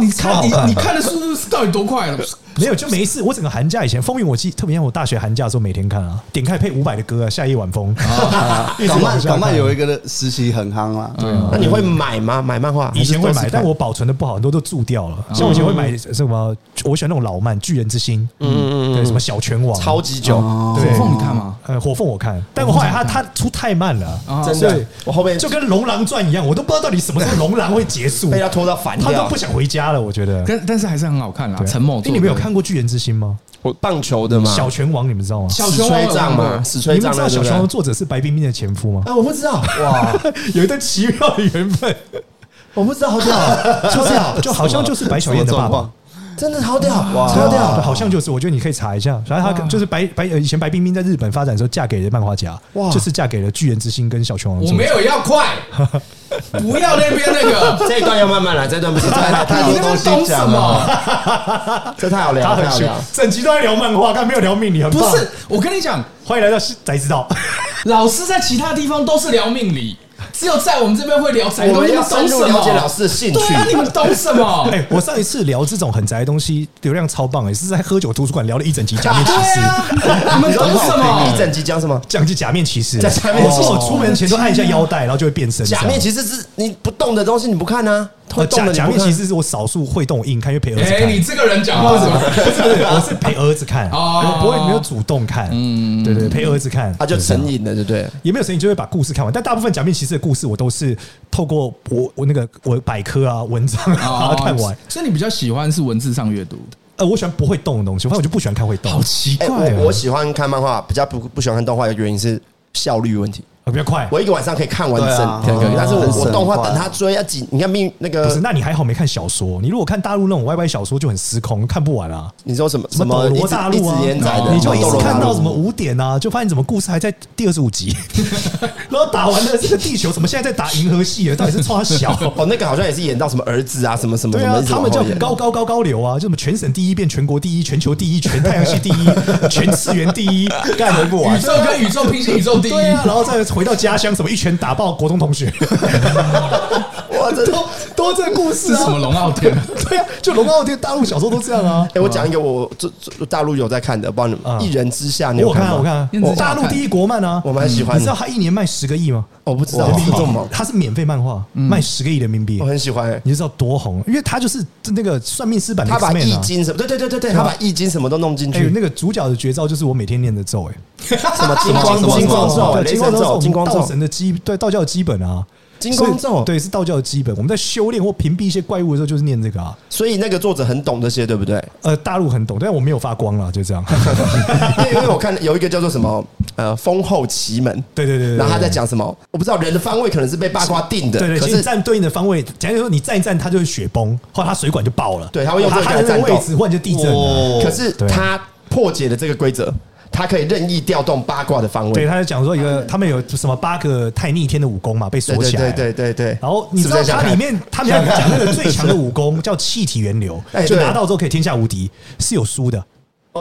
你看你啊你看的速度是到底多快了？ 没有，就没事。我整个寒假以前，风云我记特别像我大学寒假的时候每天看啊，点开配五百的歌啊，夏夜晚风。 一直港往漫下港漫看有一个的时期很夯啦，对那你会买吗？买漫画以前会还买，是都是看但我保存的不好，很多都蛀掉了。像我以前会买什么，我喜欢那种老漫《巨人之心》，嗯，对，什么小拳王，超级久，火对凤你啊看吗？呃火凤我看，但我后来他他出太慢了，啊真所的以。我后面就跟《龙狼传》一样，我都不知道到底什么时候龙狼会结束被，他拖到烦他都掉不。想回家了。我觉得，但但是还是很好看啦。对陈某做哎，的，你们有看过《巨人之心》吗？我棒球的嘛，小拳王，你们知道吗？小死熊猫吹有看杖过嘛，死你吹们杖知的道对小不拳王对？作者是白冰冰的前夫吗？啊，我不知道，哇， 有一段奇妙的缘分，我不知道，好屌，超 屌，就好像就是白小燕的爸爸。真的好屌，哇超对屌，好像就是，我觉得你可以查一下。反正他就是白白呃，以前白冰冰在日本发展的时候，嫁给了漫画家，哇就是嫁给了巨人之心跟小拳王。我没，有要快， 不要那边那个， 这一段要慢慢来，这一段 不行，这太太 你多东那边西懂什讲了，么？这太好聊，他太很好凶聊。，整集都在聊漫画，但没有聊命理，很不棒是，，我跟你讲，欢迎来到宅知道。老师在其他地方都是聊命理，只有在我们这边会聊宅的我东们西。要深懂入什了解么？老师的兴趣对。啊，你们懂什么？ 哎，我上一次聊这种很宅的东西，流量超棒，也欸是在喝酒图书馆聊了一整集假面骑士 对。啊，你们懂什一么？整集讲什么？讲起假面骑士，讲假面骑士我说我出门前都按一下腰带，然后就会变身。假面骑士是你不动的东西，你不看啊？会呃动假的你假不面骑看。士是我少数会动硬看，因为陪儿子哎，看。你这个人讲 话什么？不是，啊我是陪儿子看，哦我不会没有主动看，嗯，对对，陪儿子看，他就对成这样瘾了，对不对？也没有成瘾，就会把故事看完。但大部分假面骑士的故事，我都是透过我我那个我百科啊、文章啊把它看 完。哦所以你比较喜欢是文字上阅读，呃，我喜欢不会动的东西，反正我就不喜欢看会动，好奇哎，哦我我喜欢看漫画，比较不不喜欢看动画的原因是效率问题。比较啊快。我一个晚上可以看完对整啊整个哦，但是我很我省动画话等他追要几？你看命那啊不是，个，那你还好没看小说。你如果看大陆那种 YY 小说，就很失控，看不完啊。你说什么什么么斗一罗直大一陆啊直连载的，你就一斗直罗看大到陆什么五点啊，就发现怎么故事还在第二十五集， 然后打完了这个地球，怎么现在在打银河系了？啊到底是差 小？哦，那个好像也是演到什么儿子啊，什么什么对什啊么，，他们叫高高高高流啊，就什么全省第一变全国第一、全球第一、全太阳系第 一、全次元第一，干回不 宇宙跟宇宙平行宇宙第一。对啊，然后再回到家乡，什么一拳打爆国中同学， 哇，这 都都过这个故事是什么啊。龙傲天？对啊，就龙傲天，大陆小说都这样啊。哎，我讲一个我这这大陆有在看的，帮你们啊《一人之下》，你有我看看啊，吗？我看啊燕子，大小陆看第一国漫啊，我蛮喜欢的你知道他一年卖十个亿吗？我哦不知道人民币这么猛，它是免费漫画，卖十个亿人民币我，很喜欢。哎啊你就知道多红，因为他就是那个算命师版的他把 X-Men 啊易经什么，对对对对对，他把易经什么都弄进哎、去，那个主角的绝招就是我每天念的咒、哎，什么金光哦金光咒、对雷神金光咒、咒是金我们光道咒、神的基，对道教的基本啊，金光所以咒，对是道教的基本。我们在修炼或屏蔽一些怪物的时候，就是念这个啊。所以那个作者很懂这些，对不 对？呃，大陆很懂，但我没有发光了，就这样。因为因为我看有一个叫做什么呃风后奇门，对对对对对，然后他在讲什么，我不知道人的方位可能是被八卦定的，对对，可其实你是站对应的方位，假如说你站一站，它就会雪崩，或者它水管就爆了。对它会用这个它来的战斗位置，换就地震了。可是对他破解了这个规则，他可以任意调动八卦的方对，位，他就讲说一个，他们有什么八个太逆天的武功嘛，被对锁对起来。对对对对。然后你知道是不是很想它看里面他们要讲那个最强的武功叫气体源流 哎，就对哦拿到之后可以天下无敌，是有书的。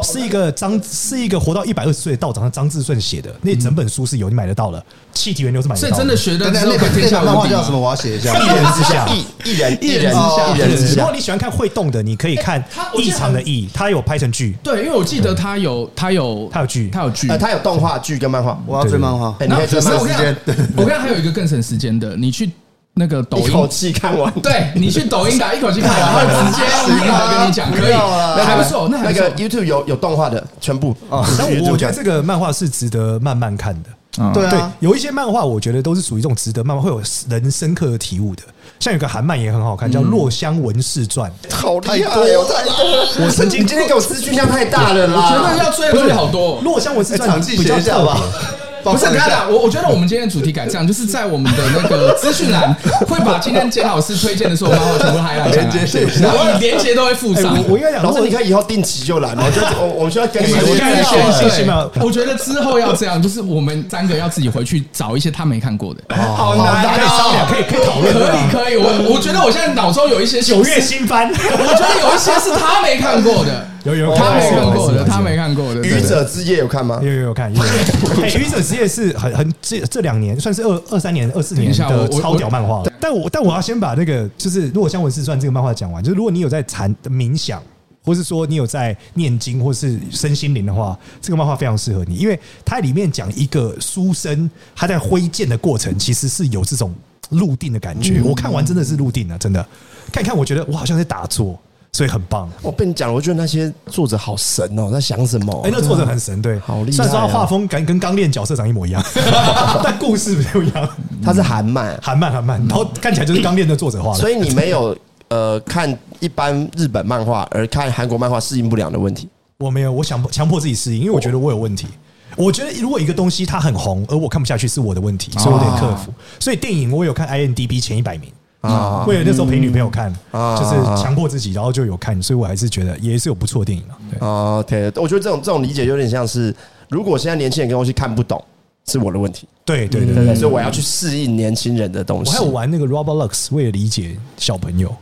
是一个张，是一个活到一百二十岁的道长，他张志顺写的，那整本书是有你买得到的，气体源流是买得所以到真的的。学的等等，之后那可本以天那下本漫无画敌叫吗什么？？我要写一下。一人之下，一一一人一人人之下一人之如下果，你喜欢看会动的，你可以看哎他我异记得常的异，他有拍成剧，对，因为我记得他有他有他有剧他有剧呃，。他有动画剧跟漫画，我要追漫画哎，，你可以追然漫后画我，看，我看还有一个更省时间的，你去那个抖一口音。气看完。对你去抖音打一口气看 完，然后直接用念的跟你讲，可以，不要啦那还不啊错，那还啊那不错啊个 YouTube 有有动画的全部，但是我 YouTube 我觉看得这个漫画是值得慢慢看的。嗯对对啊，，有一些漫画，我觉得都是属于这种值得漫画会有人深刻的体悟的。像有个韩漫也很好看，叫《洛香文士传》。好厉害哦，太多了！我曾经今天给我资讯量太大了我觉得啦。要追的东西好多。洛香文士哎，传场》记比写较一下吧特别。帮不是，啊忙不一要下啦，我我觉得我们今天的主题改这样，就是在我们的那个资讯栏会把今天简老师推荐的所有漫画全部 highlight 下连接来，然后连接都会附上哎。我我应该讲老洛师，你可以以后定期就来嘛，我觉得我我们需要跟你 我多觉哎得介绍我啊现对在是吗我觉得之后要这样，就是我们三个要自己回去找一些他没看过的。哎好难大家可以商量，哦。可以可以讨哦啊可论的以啊。可以，我我觉得我现在脑中有一些九月，新番，我觉得有一些是他没看过的，有有他没看过有有的，他没看过的。对愚者之夜有看吗有？有有看。有有看哎，愚者之夜是很很这这两年算是二二三年、二四年等一的下我我超屌漫画了。但我但我要先把那个就是《如果像文士传》这个漫画讲完，就是如果你有在禅冥想。或是说你有在念经或是身心灵的话，这个漫画非常适合你，因为它里面讲一个书生他在挥剑的过程，其实是有这种入定的感觉。我看完真的是入定了，真的看一看，我觉得我好像在打坐，所以很棒。我被你讲了，我觉得那些作者好神哦，在想什么哎、？那作者很神，对，好厉害啊虽然说他画风感跟刚练角色长一模一样， 但故事不一样，嗯他是韩漫，嗯韩漫韩漫，然后看起来就是刚练的作者画的。嗯所以你没有呃看一般日本漫画而看韩国漫画适应不良的问题。我没有，我想强迫自己适应，因为我觉得我有问题。哦我觉得如果一个东西它很红，而我看不下去是我的问啊题，所以我得克服。所以电影我有看 IMDB 前一百名啊嗯啊，为了那时候陪女朋友看，啊就是强迫自己，然后就有看，所以我还是觉得也是有不错的电影啊。对，哦 OK，我觉得这种这种理解有点像是，如果现在年轻人跟我去看不懂，是我的问题，对对对嗯对对不对？对。所以我要去适应年轻人的东嗯我西还有。玩那个 Roblox，为了理解小朋友，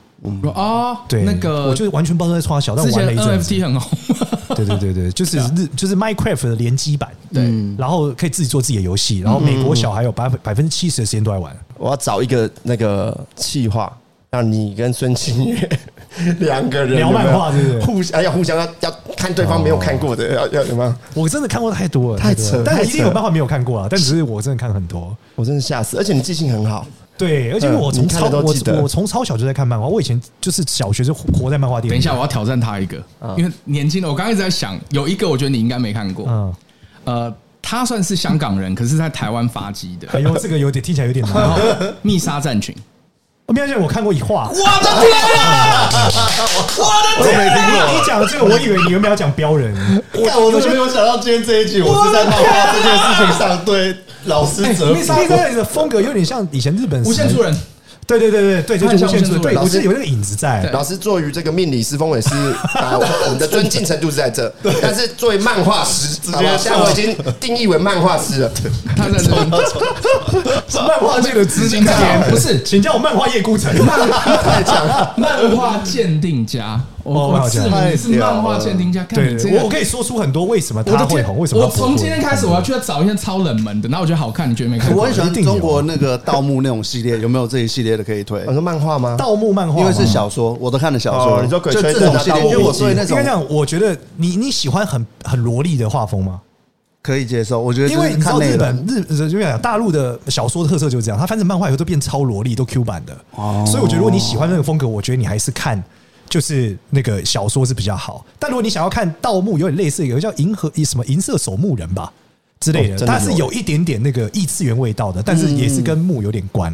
哦，对，那个我就是完全不知道在刷小，但之玩前了一阵子 NFT。很红， 对对对对，就是啊日就是 Minecraft 的联机版，对然后可以自己做自己的游戏，然后美国小孩有百嗯分百分之七十的时间都在玩。我要找一个那个气话，让你跟孙清月 两个人聊漫画有没有是不是互相哎要互相要要看对方没有看过的，要要有没有？我真的看过太多了，太多了扯但我一太定扯有漫画没有看过啊，但只是我真的看很多。我真的吓死！而且你记性很好，对，而且我嗯从你看超的都我记得我从超小就在看漫画，我以前就是小学就活在漫画店。等一下，我，要挑战他一个，嗯因为年轻的，我刚刚一直在想，有一个我觉得你应该没看过，嗯，呃，他算是香港人，可是在台湾发迹的，哎呦，这个有点听起来有 点难哦然。后《密杀战 群》，没关系，我看过一画。我的天啊！ 我的天啊！你你讲的这个，我以为你有没有讲标人？ 干我都没有想到今天这一集，我是在漫画这件事情啊上对老师折密服杀。密杀的风格有点像以前日本无限神主人，对对对对对，就是无限主人，对，老我师是有那个影子在 对。老师作为这个命理师、风水师， 啊，我我们的尊敬程度是在这，但是作为漫画师，直接现在我已经定义为漫画师 了。他在这里。 漫画界的资 金啊不是 请叫我漫画叶孤城。太强了！ 漫画鉴定家，我漫画我家是你是漫画鉴定家，看对你这对，我个我。可以说出很多为什么我他的会天！红，为什么我他不会从今天开始，我要去找一些超冷门的，那我觉得好看，你觉得没看过？我很喜欢一定有中国那个盗墓那种系列，有没有这一系列的可以推我？说漫画吗？盗墓漫画嘛，因为是小说，我都看的小呃哦说。你说鬼就吹这灯种啊系盗列，墓因为我笔对记那应种该讲，我觉得你你喜欢很很萝莉的画风吗？可以接受，我觉得因为这你是知道看内日容本日呃就讲大陆的小说的特色就是这样，它翻成漫画以后都变超萝莉，都 Q 版的。哦所以我觉得如果你喜欢那个风格，我觉得你还是看就是那个小说是比较好。但如果你想要看盗墓，有点类似有一个叫银河什么银色守墓人吧之类哦的，真的它是有有一点点那个异次元味道的，但是嗯也是跟墓有点关。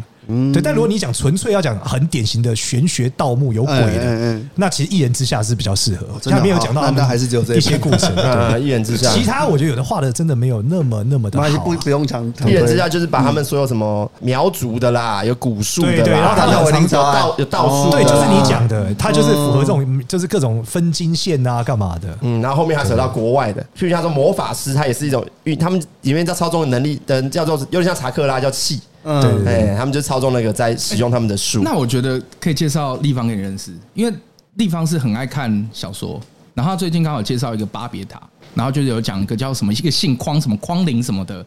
对，但如果你讲纯粹要讲很典型的玄学盗墓有鬼嗯嗯的嗯，哦那其实一人之下是比较适合。真的他没有好讲到那他们那还是只有这一一些本故 事，啊，对一人之下，其他我觉得有的画的真的没有那么那么的没关系，好不啊。不用讲。一人之下就是把他们所有什么苗族的啦，有古树的对对啦，然后他有们有常常道有道术，啊对，就是你讲的，它就是符合这种，就是各种分金线啊，干嘛的？嗯，然后后面还扯到国外的，譬如像说魔法师，他也是一种运，他们里面叫操纵的能力，的叫做有点像查克拉叫气，对哎、他们就操纵那个在使用他们的术。那我觉得可以介绍立方给你认识，因为立方是很爱看小说，然后他最近刚好介绍一个巴别塔，然后就有讲一个叫什么一个姓匡什么匡林什么的。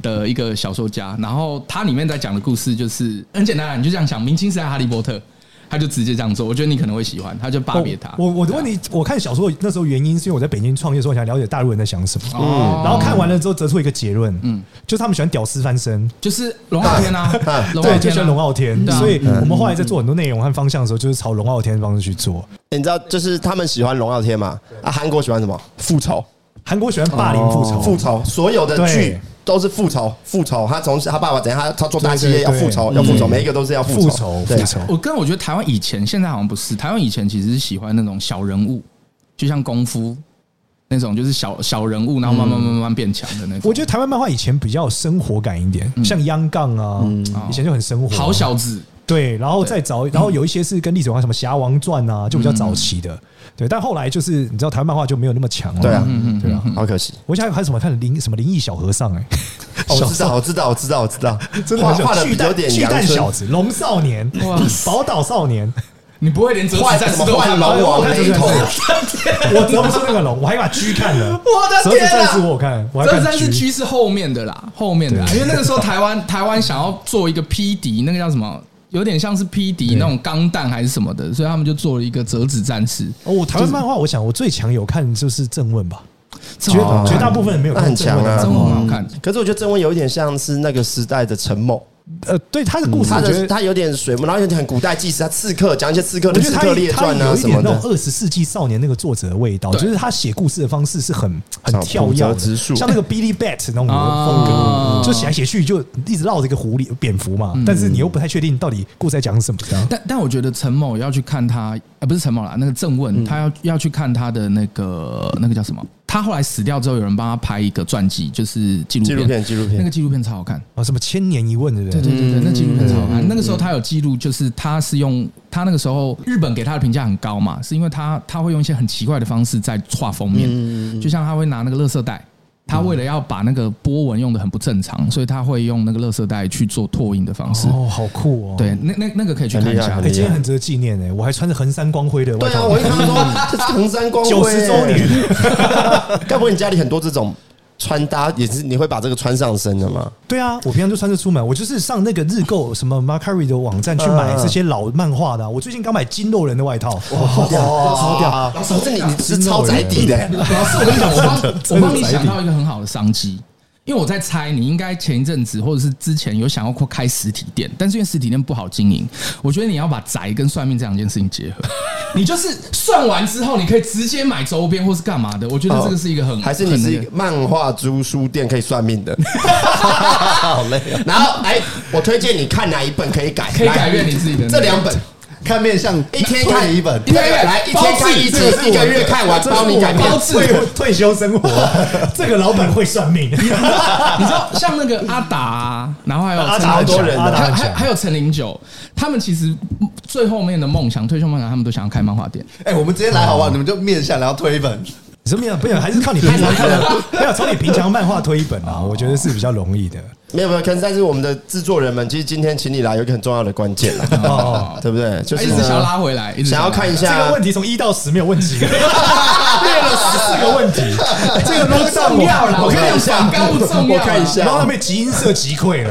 的一个小说家，然后他里面在讲的故事就是很简单啊，你就这样想，明清时代哈利波特，他就直接这样做，我觉得你可能会喜欢，他就巴别啊塔。哦我我的问题，我看小说那时候原因是因为我在北京创业的时候想了解大陆人在想什么，哦然后看完了之后得出一个结论，嗯，就是他们喜欢屌丝翻身，就是龙傲天啊，龙傲对，天就喜啊欢龙傲天，对啊所以我们后来在做很多内容和方向的时候，就是朝龙傲天的方式去做。你知道，就是他们喜欢龙傲天嘛？啊，韩国喜欢什么？复仇，韩国喜欢霸凌复仇，哦复仇，所有的剧哦对都是复仇，复仇。他从他爸爸怎样，他他做大企业对对要复仇，对要复仇，嗯每一个都是要复复仇仇，。对复，仇，我跟我觉得台湾以前现在好像不是，台湾以前其实是喜欢那种小人物，就像功夫那种，就是小小人物，然后慢慢慢慢变强的那种。我觉得台湾漫画以前比较有生活感一点，像央杠啊，以前就很生活。好小子，对，然后再找，然后有一些是跟历史文化什么《侠王传》啊，就比较嗯早期的。对，但后来就是你知道台湾漫画就没有那么强了。对啊嗯嗯对啊。好可惜。我想还有什么看灵什么灵异小和尚哎、哦我小知道，我知道，我知道，我知道，真的画很小画的巨有蛋点巨阳蛋春小子、龙少年哇、宝岛少年，你不会连折坏纸战什 么士都坏看龙王对雷对对同，我只要不说那个龙，我还把 G 看了。我的折纸天战士我啊！有看，我还折看纸战士 G。区是后面的啦，后面的啦，对因为那个时候台湾台湾想要做一个匹敌，那个叫什么，有点像是匹敌对那种钢弹还是什么的，所以他们就做了一个折纸战士。哦，我台湾漫画，我想我最强有看就是正问吧，这绝么好看绝大部分人没有哦那看很正强问啊。真的很好看。可是我觉得曾文有一点像是那个时代的陈某，呃，对他的故事，他我觉的得嗯他有点水墨，然后有点很古代纪实，他刺客讲一些刺客我的觉刺得客列他传他啊有一什点么那的种。二十世纪少年那个作者的味道，对就是他写故事的方式是很很跳像跃啊浦泽直树的，像那个 Billy Bat 那种啊风格，嗯就写来写去就一直绕着一个狐狸蝙蝠嘛，但是你又不太确定到底故事在讲什么。这样但但我觉得陈某要去看他，呃，不是陈某啦，那个郑嗯问，他要要去看他的那个那个叫什么？他后来死掉之后，有人帮他拍一个传记，就是纪录纪录片，纪录那个片，嗯纪录片超好看。啊，什么千年一问的对人，对对对，那纪录片超好看。那个时候他有记录，就是他是用他那个时候日本给他的评价很高嘛，是因为他他会用一些很奇怪的方式在画封嗯面，就像他会拿那个垃圾袋。他为了要把那个波纹用的很不正常，所以他会用那个垃圾袋去做拓印的方式。哦，好酷哦！对，那那那个可以去看一下很厉害很厉哎，。今天很值得纪念哎，我还穿着横山光辉的外对啊，套，我一看他说这是衡山光辉 九十周年，哎 该不会你家里很多这种穿搭也是你会把这个穿上身的吗？对啊，我平常就穿着出门，我就是上那个日购什么 Macari 的网站去嗯买嗯这些老漫画的啊。我最近刚买金肉人的外套，好屌，超屌！可是你你是超宅地的，老师，我跟你讲，我帮我帮你真的想到一个很好的商机，因为我在猜，你应该前一阵子或者是之前有想要过开实体店，但是因为实体店不好经营，我觉得你要把宅跟算命这两件事情结合。 你就是算完之后，你可以直接买周边或是干嘛的。我觉得这个是一个很哦还是你很是那一个个漫画租书店可以算命的，好累。然后哎，我推荐你看哪一本可以改，可以改变你自己的那个这两本。看面相，一天推看你一本，一天来一天看一包治次，一个月看完，包你改变。包治 退退休生活，这个老板会算 命，你知道，像那个阿达啊，然后还有阿陈很达很多强人啊阿达还很还还强。有陈零九，他们其实最后面的梦想，退休梦想，他们都想要开漫画店。哎，我们直接来好不好？你们就面相，然后推一 本。哦你是没有不想，还是靠你平常看的，没有从你平常漫画推一本啊，我觉得是比较容易的。没有没有，可是但是我们的制作人们，其实今天请你来有一个很重要的关键啦，哦，对不对？就是一呢直想要拉回来，一直想要拉回来看一这下个问题从一到十没有问 几个，列了十四个问题，这个都上重要啦我我看看一一下，下，刚不重要，啊我看一下然后他被集音社击溃了，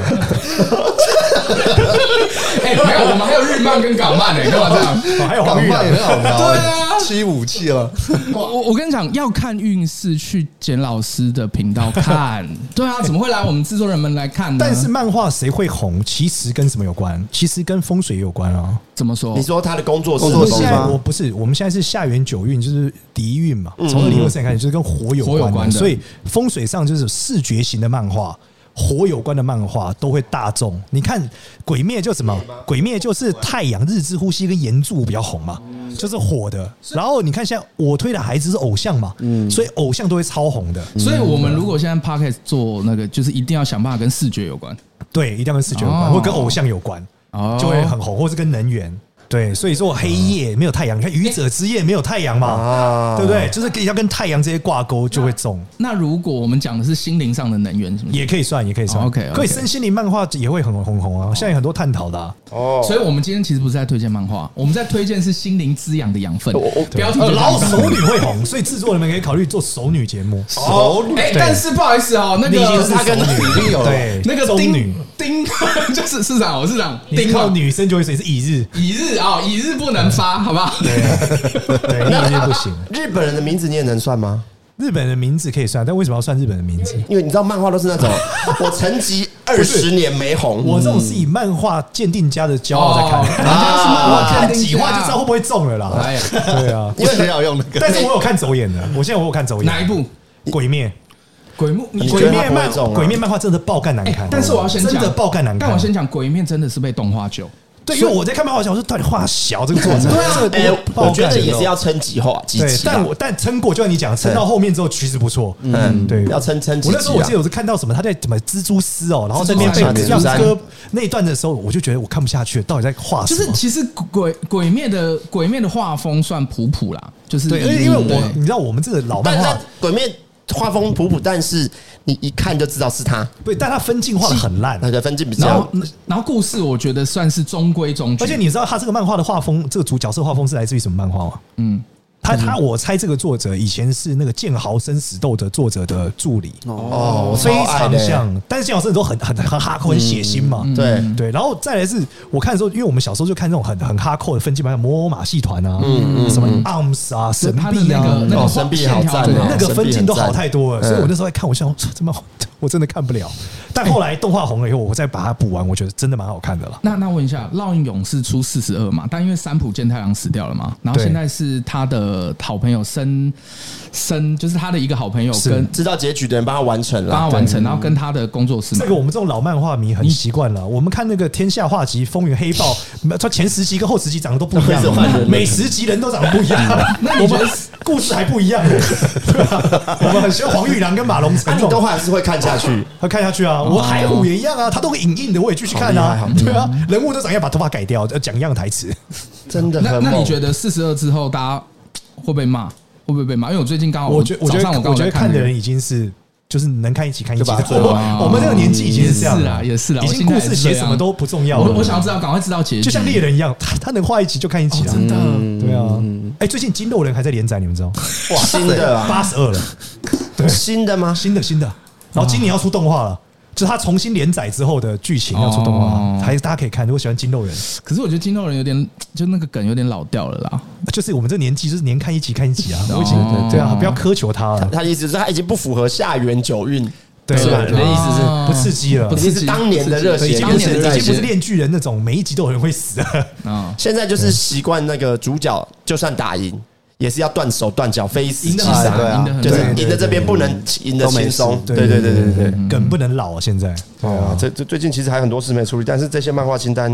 哎，没有，我们还有日漫跟港漫呢，干嘛这样？哦还有港黄玉漫也郎很好聊，对啊七武器了，我我我跟你讲，要看运势，去简老师的频道 看。对啊，怎么会来我们制作人们来看呢？但是漫画谁会红，其实跟什么有关？其实跟风水有关啊。怎么说你？说他的工作是工我作们室现在吗嗯我不是，我们现在是下元九运，就是敌运嘛，从二零二三开始就是跟火有火有关的，关的所以风水上就是视觉型的漫画。火有关的漫画都会大众，你看《鬼灭》就什么？《鬼灭》就是太阳、日之呼吸跟岩柱比较红嘛，嗯就是火的。然后你看现在我推的孩子是偶像嘛，嗯所以偶像都会超红的。所以我们如果现在 podcast 做那个，就是一定要想办法跟视觉有关。对，一定要跟视觉有关，哦或跟偶像有关，哦就会很红，或是跟能源。对，所以说黑夜没有太阳，你看愚者之夜没有太阳嘛，啊对不？对？就是一定要跟太阳这些挂钩，就会中，那如果我们讲的是心灵上的能源什么的，也可以算，也可以算。嗯哦，OK，OK 可以身心灵漫画也会很红红红啊，现在有很多探讨的啊。哦，所以我们今天其实不是在推荐漫画，我们在推荐是心灵滋养的养分。标题就呃这然后样子熟女会红，所以制作人们可以考虑做熟女节目。哦，哎，对但是不好意思哦，那你已经个是熟女，定有对那个中丁女，丁 就是市长，我哦市长你丁靠嘛，女生就会谁是一日，以日啊，以日不能发，嗯好不好？对，一日不行。日本人的名字你也能算吗？日本的名字可以算，但为什么要算日本的名字？因为你知道漫画都是 那种，我沉寂二十年没红，我这种是以漫画鉴定家的骄傲在看，啊哦人家是漫画看几画啊就知道会不会中了啦。哎呀对啊，因为很要用那 个但是我有看走眼的，我现在我有看走眼。哪一部？ 《鬼灭鬼幕，你》你觉鬼得灭它不会漫中啊鬼灭漫画真的爆干难哎、看，但是我要先讲，真的爆干难看。但我先讲，《鬼面》真的是被动画久，对，因为我在看漫画，想说到底画小这个作者，这个哎多爆干我觉得也是要撑几话几对，集啊，但我但撑过，就像你讲，撑到后面之后其实不错。嗯，嗯对，要撑撑几我那时候集我啊记得我是看到什么，他在什么蜘蛛丝哦，然后在那蜘蛛山边被蜘蛛山杨哥那一段的时候，我就觉得我看不下去了，到底在画什就是么？其实鬼《鬼灭》的《鬼灭》的画风算普普啦，就是对，因为因为我你知道我们这个老漫嗯但画但，鬼面画风普普，但是你一看就知道是他，对，但它分镜画的很烂啊那。个分镜比然较后然后故事我觉得算是中规中矩，而且你知道他这个漫画的画风，这个主角色画风是来自于什么漫画吗？嗯，他他，我猜这个作者以前是那个《剑豪生死斗》的作者的助理，哦，我超非爱常的像。但是《剑豪生死斗》很很很哈扣、很血腥嘛，嗯对对，然后再来是我看的时候，因为我们小时候就看那种很很哈扣的分镜版，魔偶马戏团啊，嗯什么 arms 啊、神嗯他的臂那啊，个那啊个哦神臂好赞线条哦那个分镜都好太多了，嗯所以我那时候在看，我想说怎么好 我真的看不了。但后来动画红了以后，我再把它补完，我觉得真的蛮好看的了。那那问一下，烙印勇士出四十二嘛，但因为三浦健太郎死掉了嘛，然后对现在是他的好朋友生生，就是他的一个好朋友是跟知道结局的人帮他完成帮他了，完成，然后跟他的工作室嘛这个我们这种老漫画迷很习惯嗯了。我们看那个《天下画集》《风云黑豹》，它前十集跟后十集长得都不一样都是换人，的每十集人都长得不一 样，我们故事还不一样。对吧我们很喜欢黄玉郎跟马龙那成啊这你都种。还是会看下去，他看下去哦啊，我海虎也一样啊，他都会影印的，我也继续看啊好厉，对啊，人物都长一样，把头发改掉，呃讲一样台词。真的那很那猛你。觉得四十二之后，大家会不会骂？会不会被骂？因为我最近刚好我觉我哦早觉上得我刚我好在觉得看那的个人已经是就是能看一集看一集就把它的。做我完们我们这个年纪已经是这样也是啦了，也是啦已我经现在故也事是写这什样么都不重要了。我我想要知道，赶快知道结局。啊嗯就像猎人一样，他他能画一集就看一集啊，真的对啊。哎，最近金肉人还在连载，你们知道吗？哇，新的啊，八十二了， 新的吗？新的新的，然后今年要出动画了。就是他重新连载之后的剧情要出动画，哦还是大家可以看。如果喜欢金肉人，啊可是我觉得金豆人有点，就那个梗有点老掉了啦。就是我们这年纪就是年看一集看一集啊。哦我已经对啊，对不要苛求他了，他的意思是他已经不符合下元九运，对是吧？对你的意思是啊不刺激了不。已经刺是激当年的热血对已经当年的是热呃已血经不是炼巨人那种每一集都有人会死的，啊，现在就是习惯那个主角，就算打赢，也是要断手断脚，非死赢即得啊伤很哎傻，赢得对。很就是傻。赢的这边不能赢的轻 松，对对对对对对。梗不能老啊。现在哦，这这最近其实还有很多事没处理，但是这些漫画清单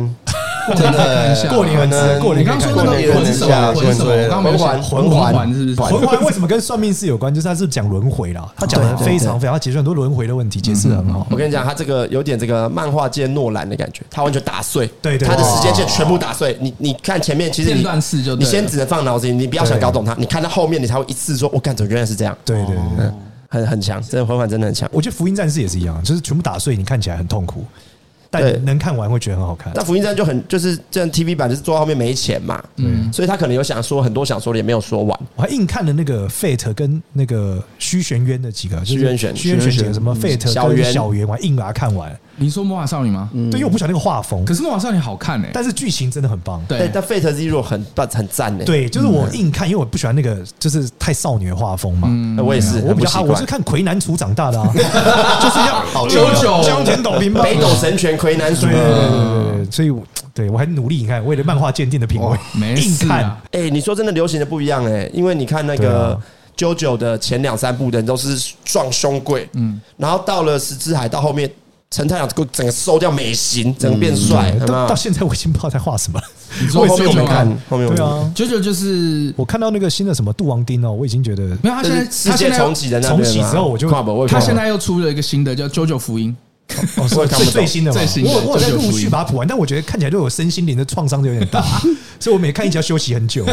看真一的下哎过年很值，过你年可以刚刚看说那过年个也魂能手，下魂手，我刚刚没有魂环想魂魂环环是不是？魂环为什么跟算命是有关？就是他是讲轮回哦啦，他讲的非常非常，他解释很多轮回的问题，解释得很好。我跟你讲，他这个有点这个漫画界诺兰的感觉，他完全打碎，对对他的对时间线全部打碎。你你看前面，其实你片段式就对你了先只能放脑子里，你不要想搞懂它，你看到后面，你才会一次说，我干，怎么原来是这样？对对对，很很强，真的回环真的很强。我觉得福音战士也是一样，就是全部打碎，你看起来很痛苦，对但能看完会觉得很好看。那福音战就很就是这样，TV 版就是做到后面没钱嘛，嗯，所以他可能有想说很多想说的也没有说完。我还硬看了那个 Fate 跟那个虚玄渊的几个，就是虚渊玄嗯虚渊玄几个什么 Fate 跟小渊嗯小圆，我还硬把它看完。你说魔法少女吗？对，因为我不喜欢那个画风可，是魔法少女好看哎，嗯但是剧情真的很棒。但对，但 Fate Zero 很棒很赞呢。，对，就是嗯我硬看，因为我不喜欢那个就是太少女的画风嘛。嗯，我也是，我很比不较习好，我惯是。看魁南楚长大的啊，就是要好久久江田斗兵嘛。北斗神拳魁南鼠对。对对对对对，所以我对我还努力，你看，为了漫画鉴定的品味，没硬事看啊，哎，你说真的，流行的不一样哎，因为你看那对个啊 JoJo 的前两三部的人都是撞胸柜，嗯，然后到了十之海到后面，陈太阳整个收掉美型，整个变帅，有没嗯到有到现在我已经不知道在画什么了。你说后面我没九九看，后面我没对看。啊，九九就是我看到那个新的什么杜王丁哦，我已经觉得没有，他现在但是世他界现在重启的那边嘛重启之后我就跨不我也他跨不现在又出了一个新的叫《九九福音哦，我也是看不最懂最新的嘛最新的我有我有在这就是陆福续音把它补完，但我觉得看起来对我身心灵的创伤有点大，所以我每看一集要休息很久。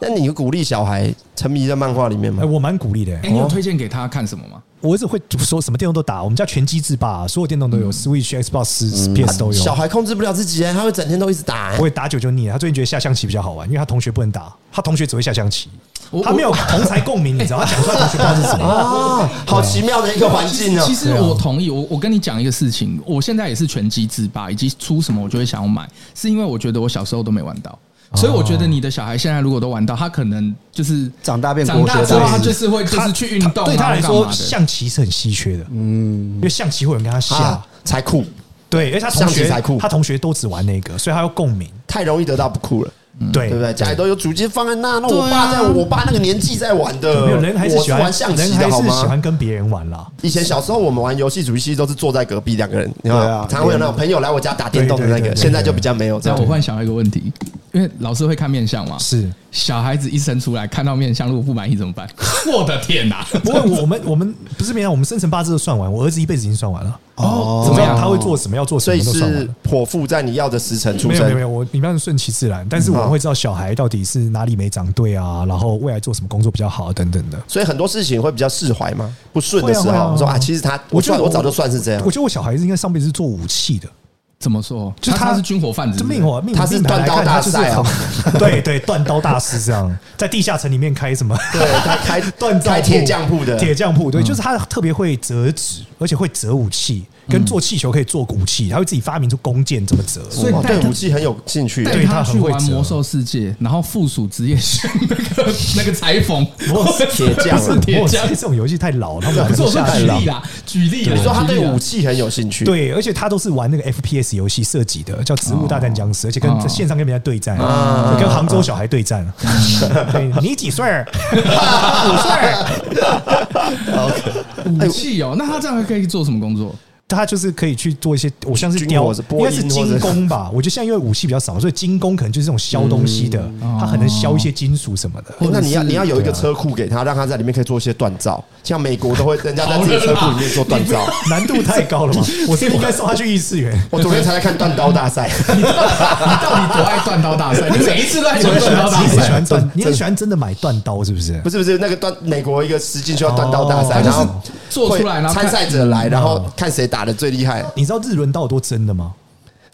那你有鼓励小孩沉迷在漫画里面吗哎，？我蛮鼓励的》。哎，。你有推荐给他看什么吗？我儿子会说什么电动都打，我们家全机制霸，所有电动都有，Switch、Xbox、PS 都小有。孩控制不了自己、欸，他会整天都一直打、欸我。也打久就腻了，他最近觉得下象棋比较好玩，因为他同学不能打，他同学只会下象棋我，他没有同才共鸣，你知道，他讲出来同学不知道是什么。啊，好奇妙的一个环境哦、其实我同意，我我跟你讲一个事情，我现在也是全机制霸，以及出什么我就会想要买，是因为我觉得我小时候都没玩到。所以我觉得你的小孩现在如果都玩到，他可能就是长大变长国大学之后，大他师就是会就是去运动啊，对他来或干说，嘛的象棋是很稀缺的，嗯，因为象棋会有人跟他下啊，，才酷，对，而且他同象棋学才酷他同学都只玩那个，所以他要共鸣，太容易得到不酷了，嗯对对不对？家里都有主机放在那，那对啊我爸在我爸那个年纪在玩的，没有人还是我喜欢玩象人棋还的是好喜吗？欢跟别人玩啦。以前小时候我们玩游戏主机都是坐在隔壁两个人，你看对啊常会有那种朋友来我家打电动的那对对个，对对现在就比较没有这那样我。换小孩一个问题，因为老师会看面相嘛，是，小孩子一生出来看到面相，如果不满意怎么办？我的天哪、不过我们我们不是没有，我们生辰八字都算完，我儿子一辈子已经算完了，哦怎么样？他会做什么？要做什所么以都算完是了。剖腹在嗯你要的时辰出没有没有没生，有，我你们顺其自然，但是我们会知道小孩到底是哪里没长对啊，然后未来做什么工作比较好啊等等的。所以很多事情会比较释怀吗？不顺的时会啊会啊候，你说啊，其实他我我觉得算我早就算是这样我，觉得我小孩子应该上辈子是做武器的，怎么说？就他他他是军火贩子这是不是命我命嗯他是命盘来看断刀大赛哦他就是很 对对，断刀大师这样，在地下城里面开什么？ 对他开锻造开铺铁匠铺的，嗯铁匠铺，对，就是他特别会折纸，而且会折武器，嗯跟做气球可以做武器，他会自己发明出弓箭怎么折。所以哇带对他武器很有兴趣。带对他他很去会玩折魔兽世界，然后附属职业选那个那个裁缝，魔兽铁匠啊啊不是铁我匠，这种游戏太老了，他们不是我说下载举了例啦，举例啦。你说他对举例啦武器很有兴趣，，对，而且他都是玩那个 FPS 游戏设计的，叫《植物大战僵尸》，而且跟哦线上跟别人对战，哦跟杭州小孩 对战。对你几岁儿？ 五岁，武器哦，那他这样可以做什么工作？他就是可以去做一些，我像是军雕火是，应波该音是或精者工吧。我觉得现在因为武器比较少，所以精工可能就是这种削东西的，嗯他可能削一些金属什么的。那你要或者是你要有一个车库给他，让他在里面可以做一些锻造，像美国都会人家在自己车库里面做锻 造。难度太高了 嘛？我是不是应该送他去异次元？我昨天才在看断刀大 赛，你到底多爱断刀大赛？你每一次都在你讲很喜断刀大欢，你很喜 赛，欢断，你很喜欢真的买断刀是不是？不是不是那个断美国一个实境秀断刀大赛，哦然他后就是做出来然后看参赛者来，然嗯后看谁打的最厉害。你知道日轮刀有多真的吗？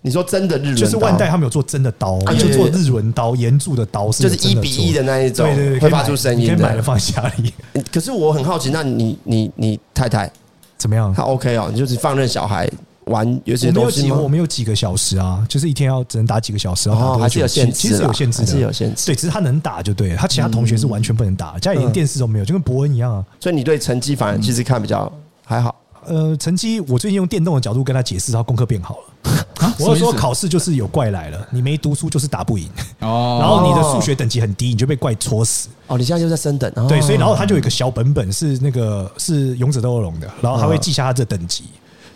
你说真的日轮刀就是万代他们有做真的刀，啊就有做有有日轮刀，岩柱的刀是就是真一的比做一的，那一种对对对，，可会以发买出声你可音以买了的。放家里，可是我很好奇，那你你你太太怎么样她？我 OK 哦？你就是放任小孩玩有些我们东有西几吗我？们有几个小时啊，就是一天要只能打几个小时，要打多哦久还是有限制啦其实是有限制的，还是有限制嗯对，只是他能打就对了，他其他同学是完全不能打，家里连电视都没有，就跟伯恩一样啊。所以你对成绩反而其实看比较还好。呃，成绩我最近用电动的角度跟他解释，他功课变好了。我啊什么有意思说考试就是有怪来了，你没读书就是打不赢，哦然后你的数学等级很低，你就被怪戳死。哦，你现在就在升等，哦对，所以然后他就有一个小本本是那个是勇者斗恶龙的，然后他会记下他的等级。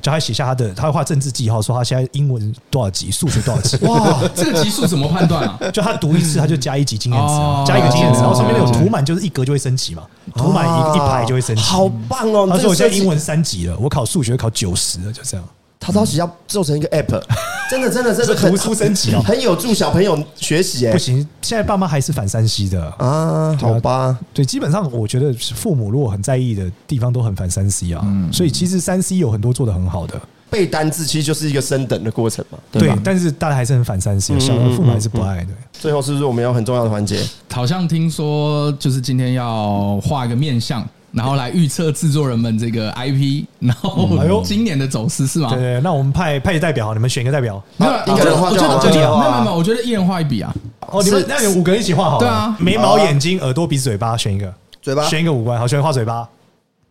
叫他写下他的，他会画政治记号，说他现在英文多少级，数学多少 级。哇！这个级数怎么判断啊？就他读一次，他就加一级经验值啊哦，加一个经验值，然后上面有哦涂满，就是一格就会升级嘛，涂满一一排就会升级。哦好棒哦！他这说个我现设在计英文三级了，我考数学考九十了，就这样。他抄袭要做成一个 app，真的真的真的很这图书升级哦很有助小朋友学习哎不行，现在爸妈还是反山西的。啊，好吧，对，基本上我觉得父母如果很在意的地方都很反三 C 啊，嗯所以其实三 C 有很多做的很好的，背单字其实就是一个升等的过程嘛。对吧？但是大家还是很反三 C，小嗯嗯嗯父母还是不爱的。最后是不是我们有很重要的环节？好像听说就是今天要画一个面相，然后来预测制作人们这个 IP，然哎后呦今年的走势是吗？对对，那我们派派代表，你们选一个代表。没有啦，啊我一个觉得人画我就觉得好我觉得没了有没有没有，我觉得一人画一笔啊。哦，你们是那你们五个人一起画好了。对啊眉毛、眼睛、耳朵、鼻子、嘴巴，选一个， 嘴啊巴选一个五官。好，选画嘴巴。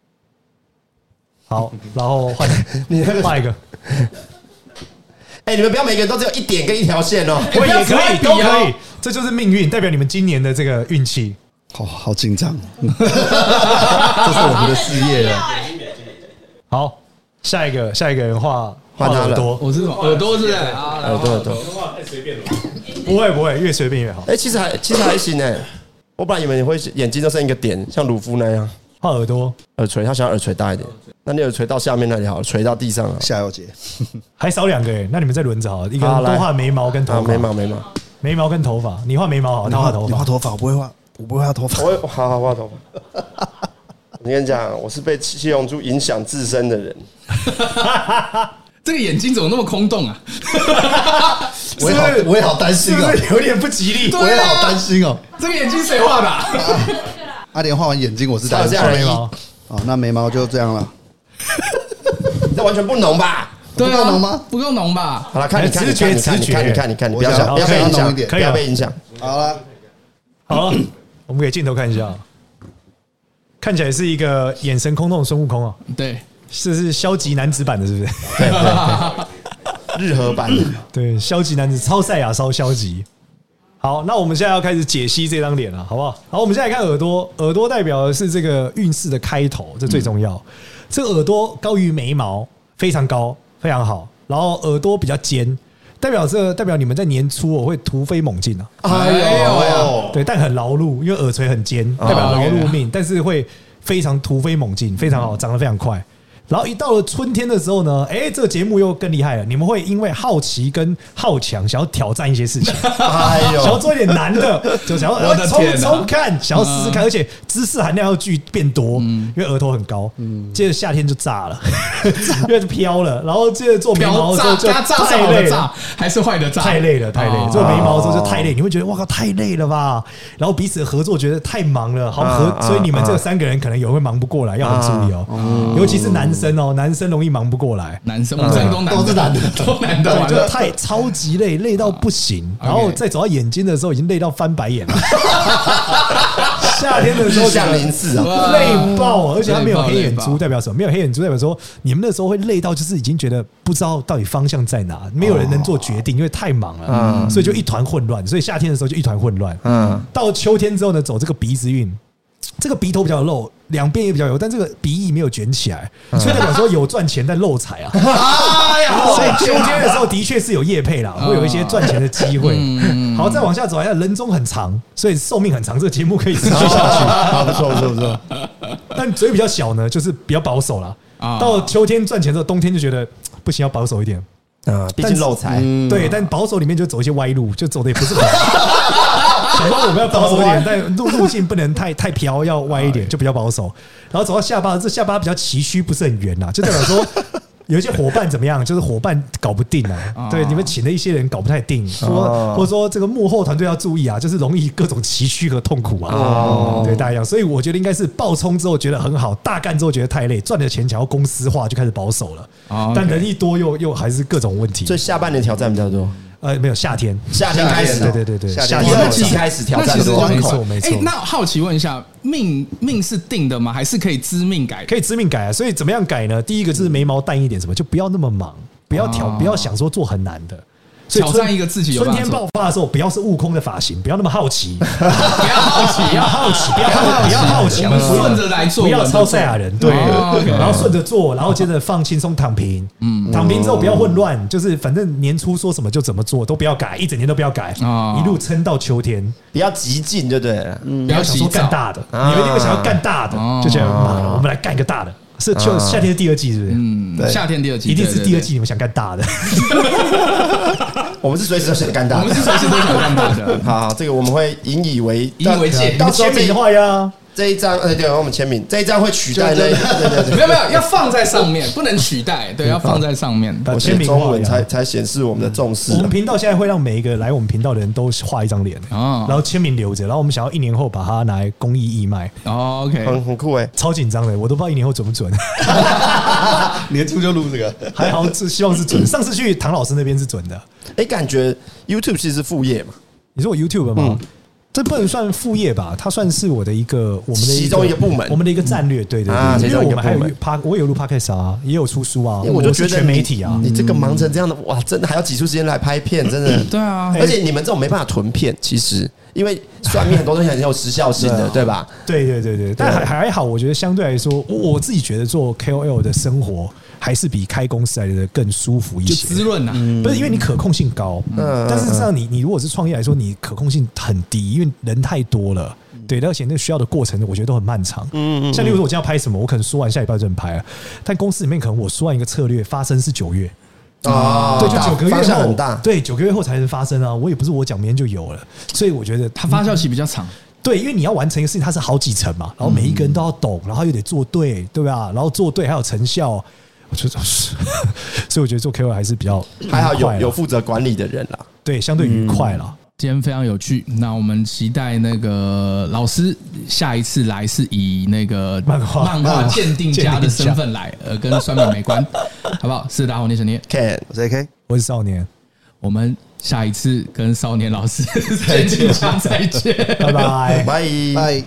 好，然后换你那个画一个，哎，你们不要每个人都只有一点跟一条线哦。我也不要可以，比都哦可以，这就是命运，代表你们今年的这个运气。 好好紧张，哦这是我们的事业了。好，下一个，下一个人画换他了耳朵，我是什么耳朵是不是？啊来耳朵耳朵，不会不会，越随便越好。哎，其实还其实还行哎，我本来以为你会眼睛就剩一个点，像鲁夫那样画耳朵，耳垂，他想要耳垂大一点。那你耳垂到下面那里好了，垂到地上啊。夏小姐，还少两个哎，那你们再轮着好了，一个好人来都画眉毛跟啊，头发，眉毛眉毛，眉毛跟头发，你画眉毛好，他画头你画发，头发，我不会画，我不会画头发。我有好好画头发。我跟你讲，我是被七龙珠影响自身的人。这个眼睛怎么那么空洞啊？我也好，我也好担心是不哦，是有点不吉利？我也好担心哦。啊这个眼睛谁画的啊？阿莲画完眼睛，我是他担有这心样。的眉意，毛，好，那眉毛就这样了。这完全不浓吧？对啊不够浓吗？不够浓吧？好了，看你看你直觉看你看直你觉看你看你看你，我不要想想不要被要影浓一响，点不可以要了被影响。好了，好了，我们给镜头看一下，啊看起来是一个眼神空洞的孙悟空啊，对，这是消极男子版的，是不是？对对 对，日和版的对，消极男子超赛亚超消极。好，那我们现在要开始解析这张脸了，好不好？好，我们现在来看耳朵，耳朵代表的是这个运势的开头，这最重要。这个耳朵高于眉毛，非常高，非常好。然后耳朵比较尖，代表这代表你们在年初哦我会突飞猛进啊，哎呦哎呦，对，但很劳碌，因为耳垂很尖，哦代表劳碌命，但是会非常突飞猛进，非常嗯好，长得非常快。然后一到了春天的时候呢，哎，这个节目又更厉害了。你们会因为好奇跟好强，想要挑战一些 事情，哎想要呦，做一点难的，就想要我的呃冲天啊哪冲看，想要试试看，而且知识含量要巨变多，嗯因为额头很高。接着夏天就 炸了， 因为飘了。然后接着做眉表毛的时候炸就加炸是太好累的了炸，，还是坏的炸？太累了，太累了。做眉哦毛的时候就太累，你会觉得哇靠，太累了吧？然后彼此合作觉得太忙了，好啊啊合，所以你们这三个人可能有会忙不过来，要很注意哦。尤其是男生哦，男生容易忙不过来，男生，我们三个都男的，都是男的都男的，对，完就了太超级累，累到不行。 OK 然后再走到眼睛的时候，已经累到翻白眼了。夏天的时候日向林次啊，哇累爆，而且他没有黑眼累爆珠，代表什么？没有黑眼珠代表说你们那时候会累到，就是已经觉得不知道到底方向在哪，没有人能做决定，因为太忙了，所以就一团混乱。所以夏天的时候就一团混乱。嗯，到秋天之后呢，走这个鼻子运。这个鼻头比较露，两边也比较油，但这个鼻翼没有卷起来，嗯所以代表说有赚钱但漏财啊。哎呀，哦所以秋天的时候的确是有业配啦，会有一些赚钱的机会。嗯好，再往下走，还有人中很长，所以寿命很长，这个节目可以持续下去。 好，不错，不错，不错。但嘴比较小呢，就是比较保守啦。啊到秋天赚钱之后，冬天就觉得嘖不行，要保守一点。啊，毕竟漏财，对，但保守里面就走一些歪路，就走的也不是很好。想说我们要保守一点，但路路径不能太太飘，要歪一点，就比较保守。然后走到下巴，这下巴比较崎岖，不是很圆啊啦，就代表说有一些伙伴怎么样，就是伙伴搞不定啊。对，你们请的一些人搞不太定，说或者说这个幕后团队要注意啊，就是容易各种崎岖和痛苦啊。对，大家讲，所以我觉得应该是爆冲之后觉得很好，大干之后觉得太累，赚的钱想要公司化就开始保守哦了，OK，但人一多又又还是各种问题所。以下半年挑战比较多，呃，没有夏天，夏天开始，哦啊哦对对对对，夏夏天第天二季开始挑战那其实多，没错没错哎那好奇问一下，命命是定的吗？还是可以知命 改？可以致命改啊。所以怎么样改呢？第一个就是眉毛淡一点，什么就不要那么忙，不要挑，哦不要想说做很难的。所以挑春战一个自己有春办法天做爆发的时候，不要是悟空的发型，不要那么 好奇，不要好奇，不要好奇，不要好奇，不要好奇，我们顺着来做，不要超赛亚人，对，哦，OK 然后顺着做，然后接着放轻松躺平，嗯，躺平之后不要哦混乱，就是反正年初说什么就怎么做，都不要改，一整年都不要改，哦一路撑到秋天，比较激进，对不对了？不不要想说干大的，你们一定会想要干大的啊哦，就觉得妈的，我们来干一个大的。是就夏天是第二季，是不是？嗯，夏天第二季，一定是对第二季，。你们想干大的。我们是随时都想干对对大我们的。是随时都想干大的。好好，这个我们会引以为引以为戒 到时候签名的话呀，这一张，哎，对，我们签名这一张会取代那，对对对没有没有，要放在上面，不能取代，对，要放在上面。把我签写名中画文呀才才显示我们的重视我啊们。频道现在会让每一个来我们频道的人都画一张脸，哦然后签名留着，然后我们想要一年后把它拿来公益义卖，哦，OK，很很酷哎，超紧张的，我都不知道一年后准不 准，年初就录这个，还好是希望是准。上次去唐老师那边是准的，哎，感觉 YouTube 其实是副业嘛，你说我 YouTube 吗？嗯这不能算副业吧？它算是我的一个我们的其中一个部门我们的一个战略，对对啊对，其因中为一个我们还有部门 p 我有录 podcast 啊，也有出书啊，因为我就觉是得全你嗯媒体啊，你这个忙成这样的，哇，真的还要挤出时间来拍片，真嗯的。对啊，而且你们这种没办法囤片，其实因为算命很多东西很有时效性的，对吧？ 对啊对对对，但啊还还好，我觉得相对来说，我我自己觉得做 KOL 的生活还是比开公司来的更舒服一就些。滋润啊呐。不是因为你可控性高，嗯但是事实上你你如果是创业来说，你可控性很低，因为人太多了。嗯对，而且那个需要的过程，我觉得都很漫长。嗯像例如说，我今天要拍什么，我可能说完下礼拜就能拍了，但公司里面可能我说完一个策略，发生是九月，啊嗯对，就九个月后，方向很大。对，九个月后才能发生啊。我也不是我讲明天就有了，所以我觉得它他发嗯酵期比较长，对，因为你要完成一个事情，它是好几层嘛，然后每一个人都要懂，然后又得做对，对吧？然后做对还有成效，我觉得， 所以我觉得做 KOL 还是比较还好愉有快啦有负责管理的人啦。对相对愉快了。今天非常有趣。那我们期待那个老师下一次来是以那个漫画漫画鉴定家的身份来，呃，跟酸敏没关，好不好？是大家好，我是念， Can 我是 AK，我是少年，我们下一次跟少年老师鉴定家再见。哎拜拜。拜。拜。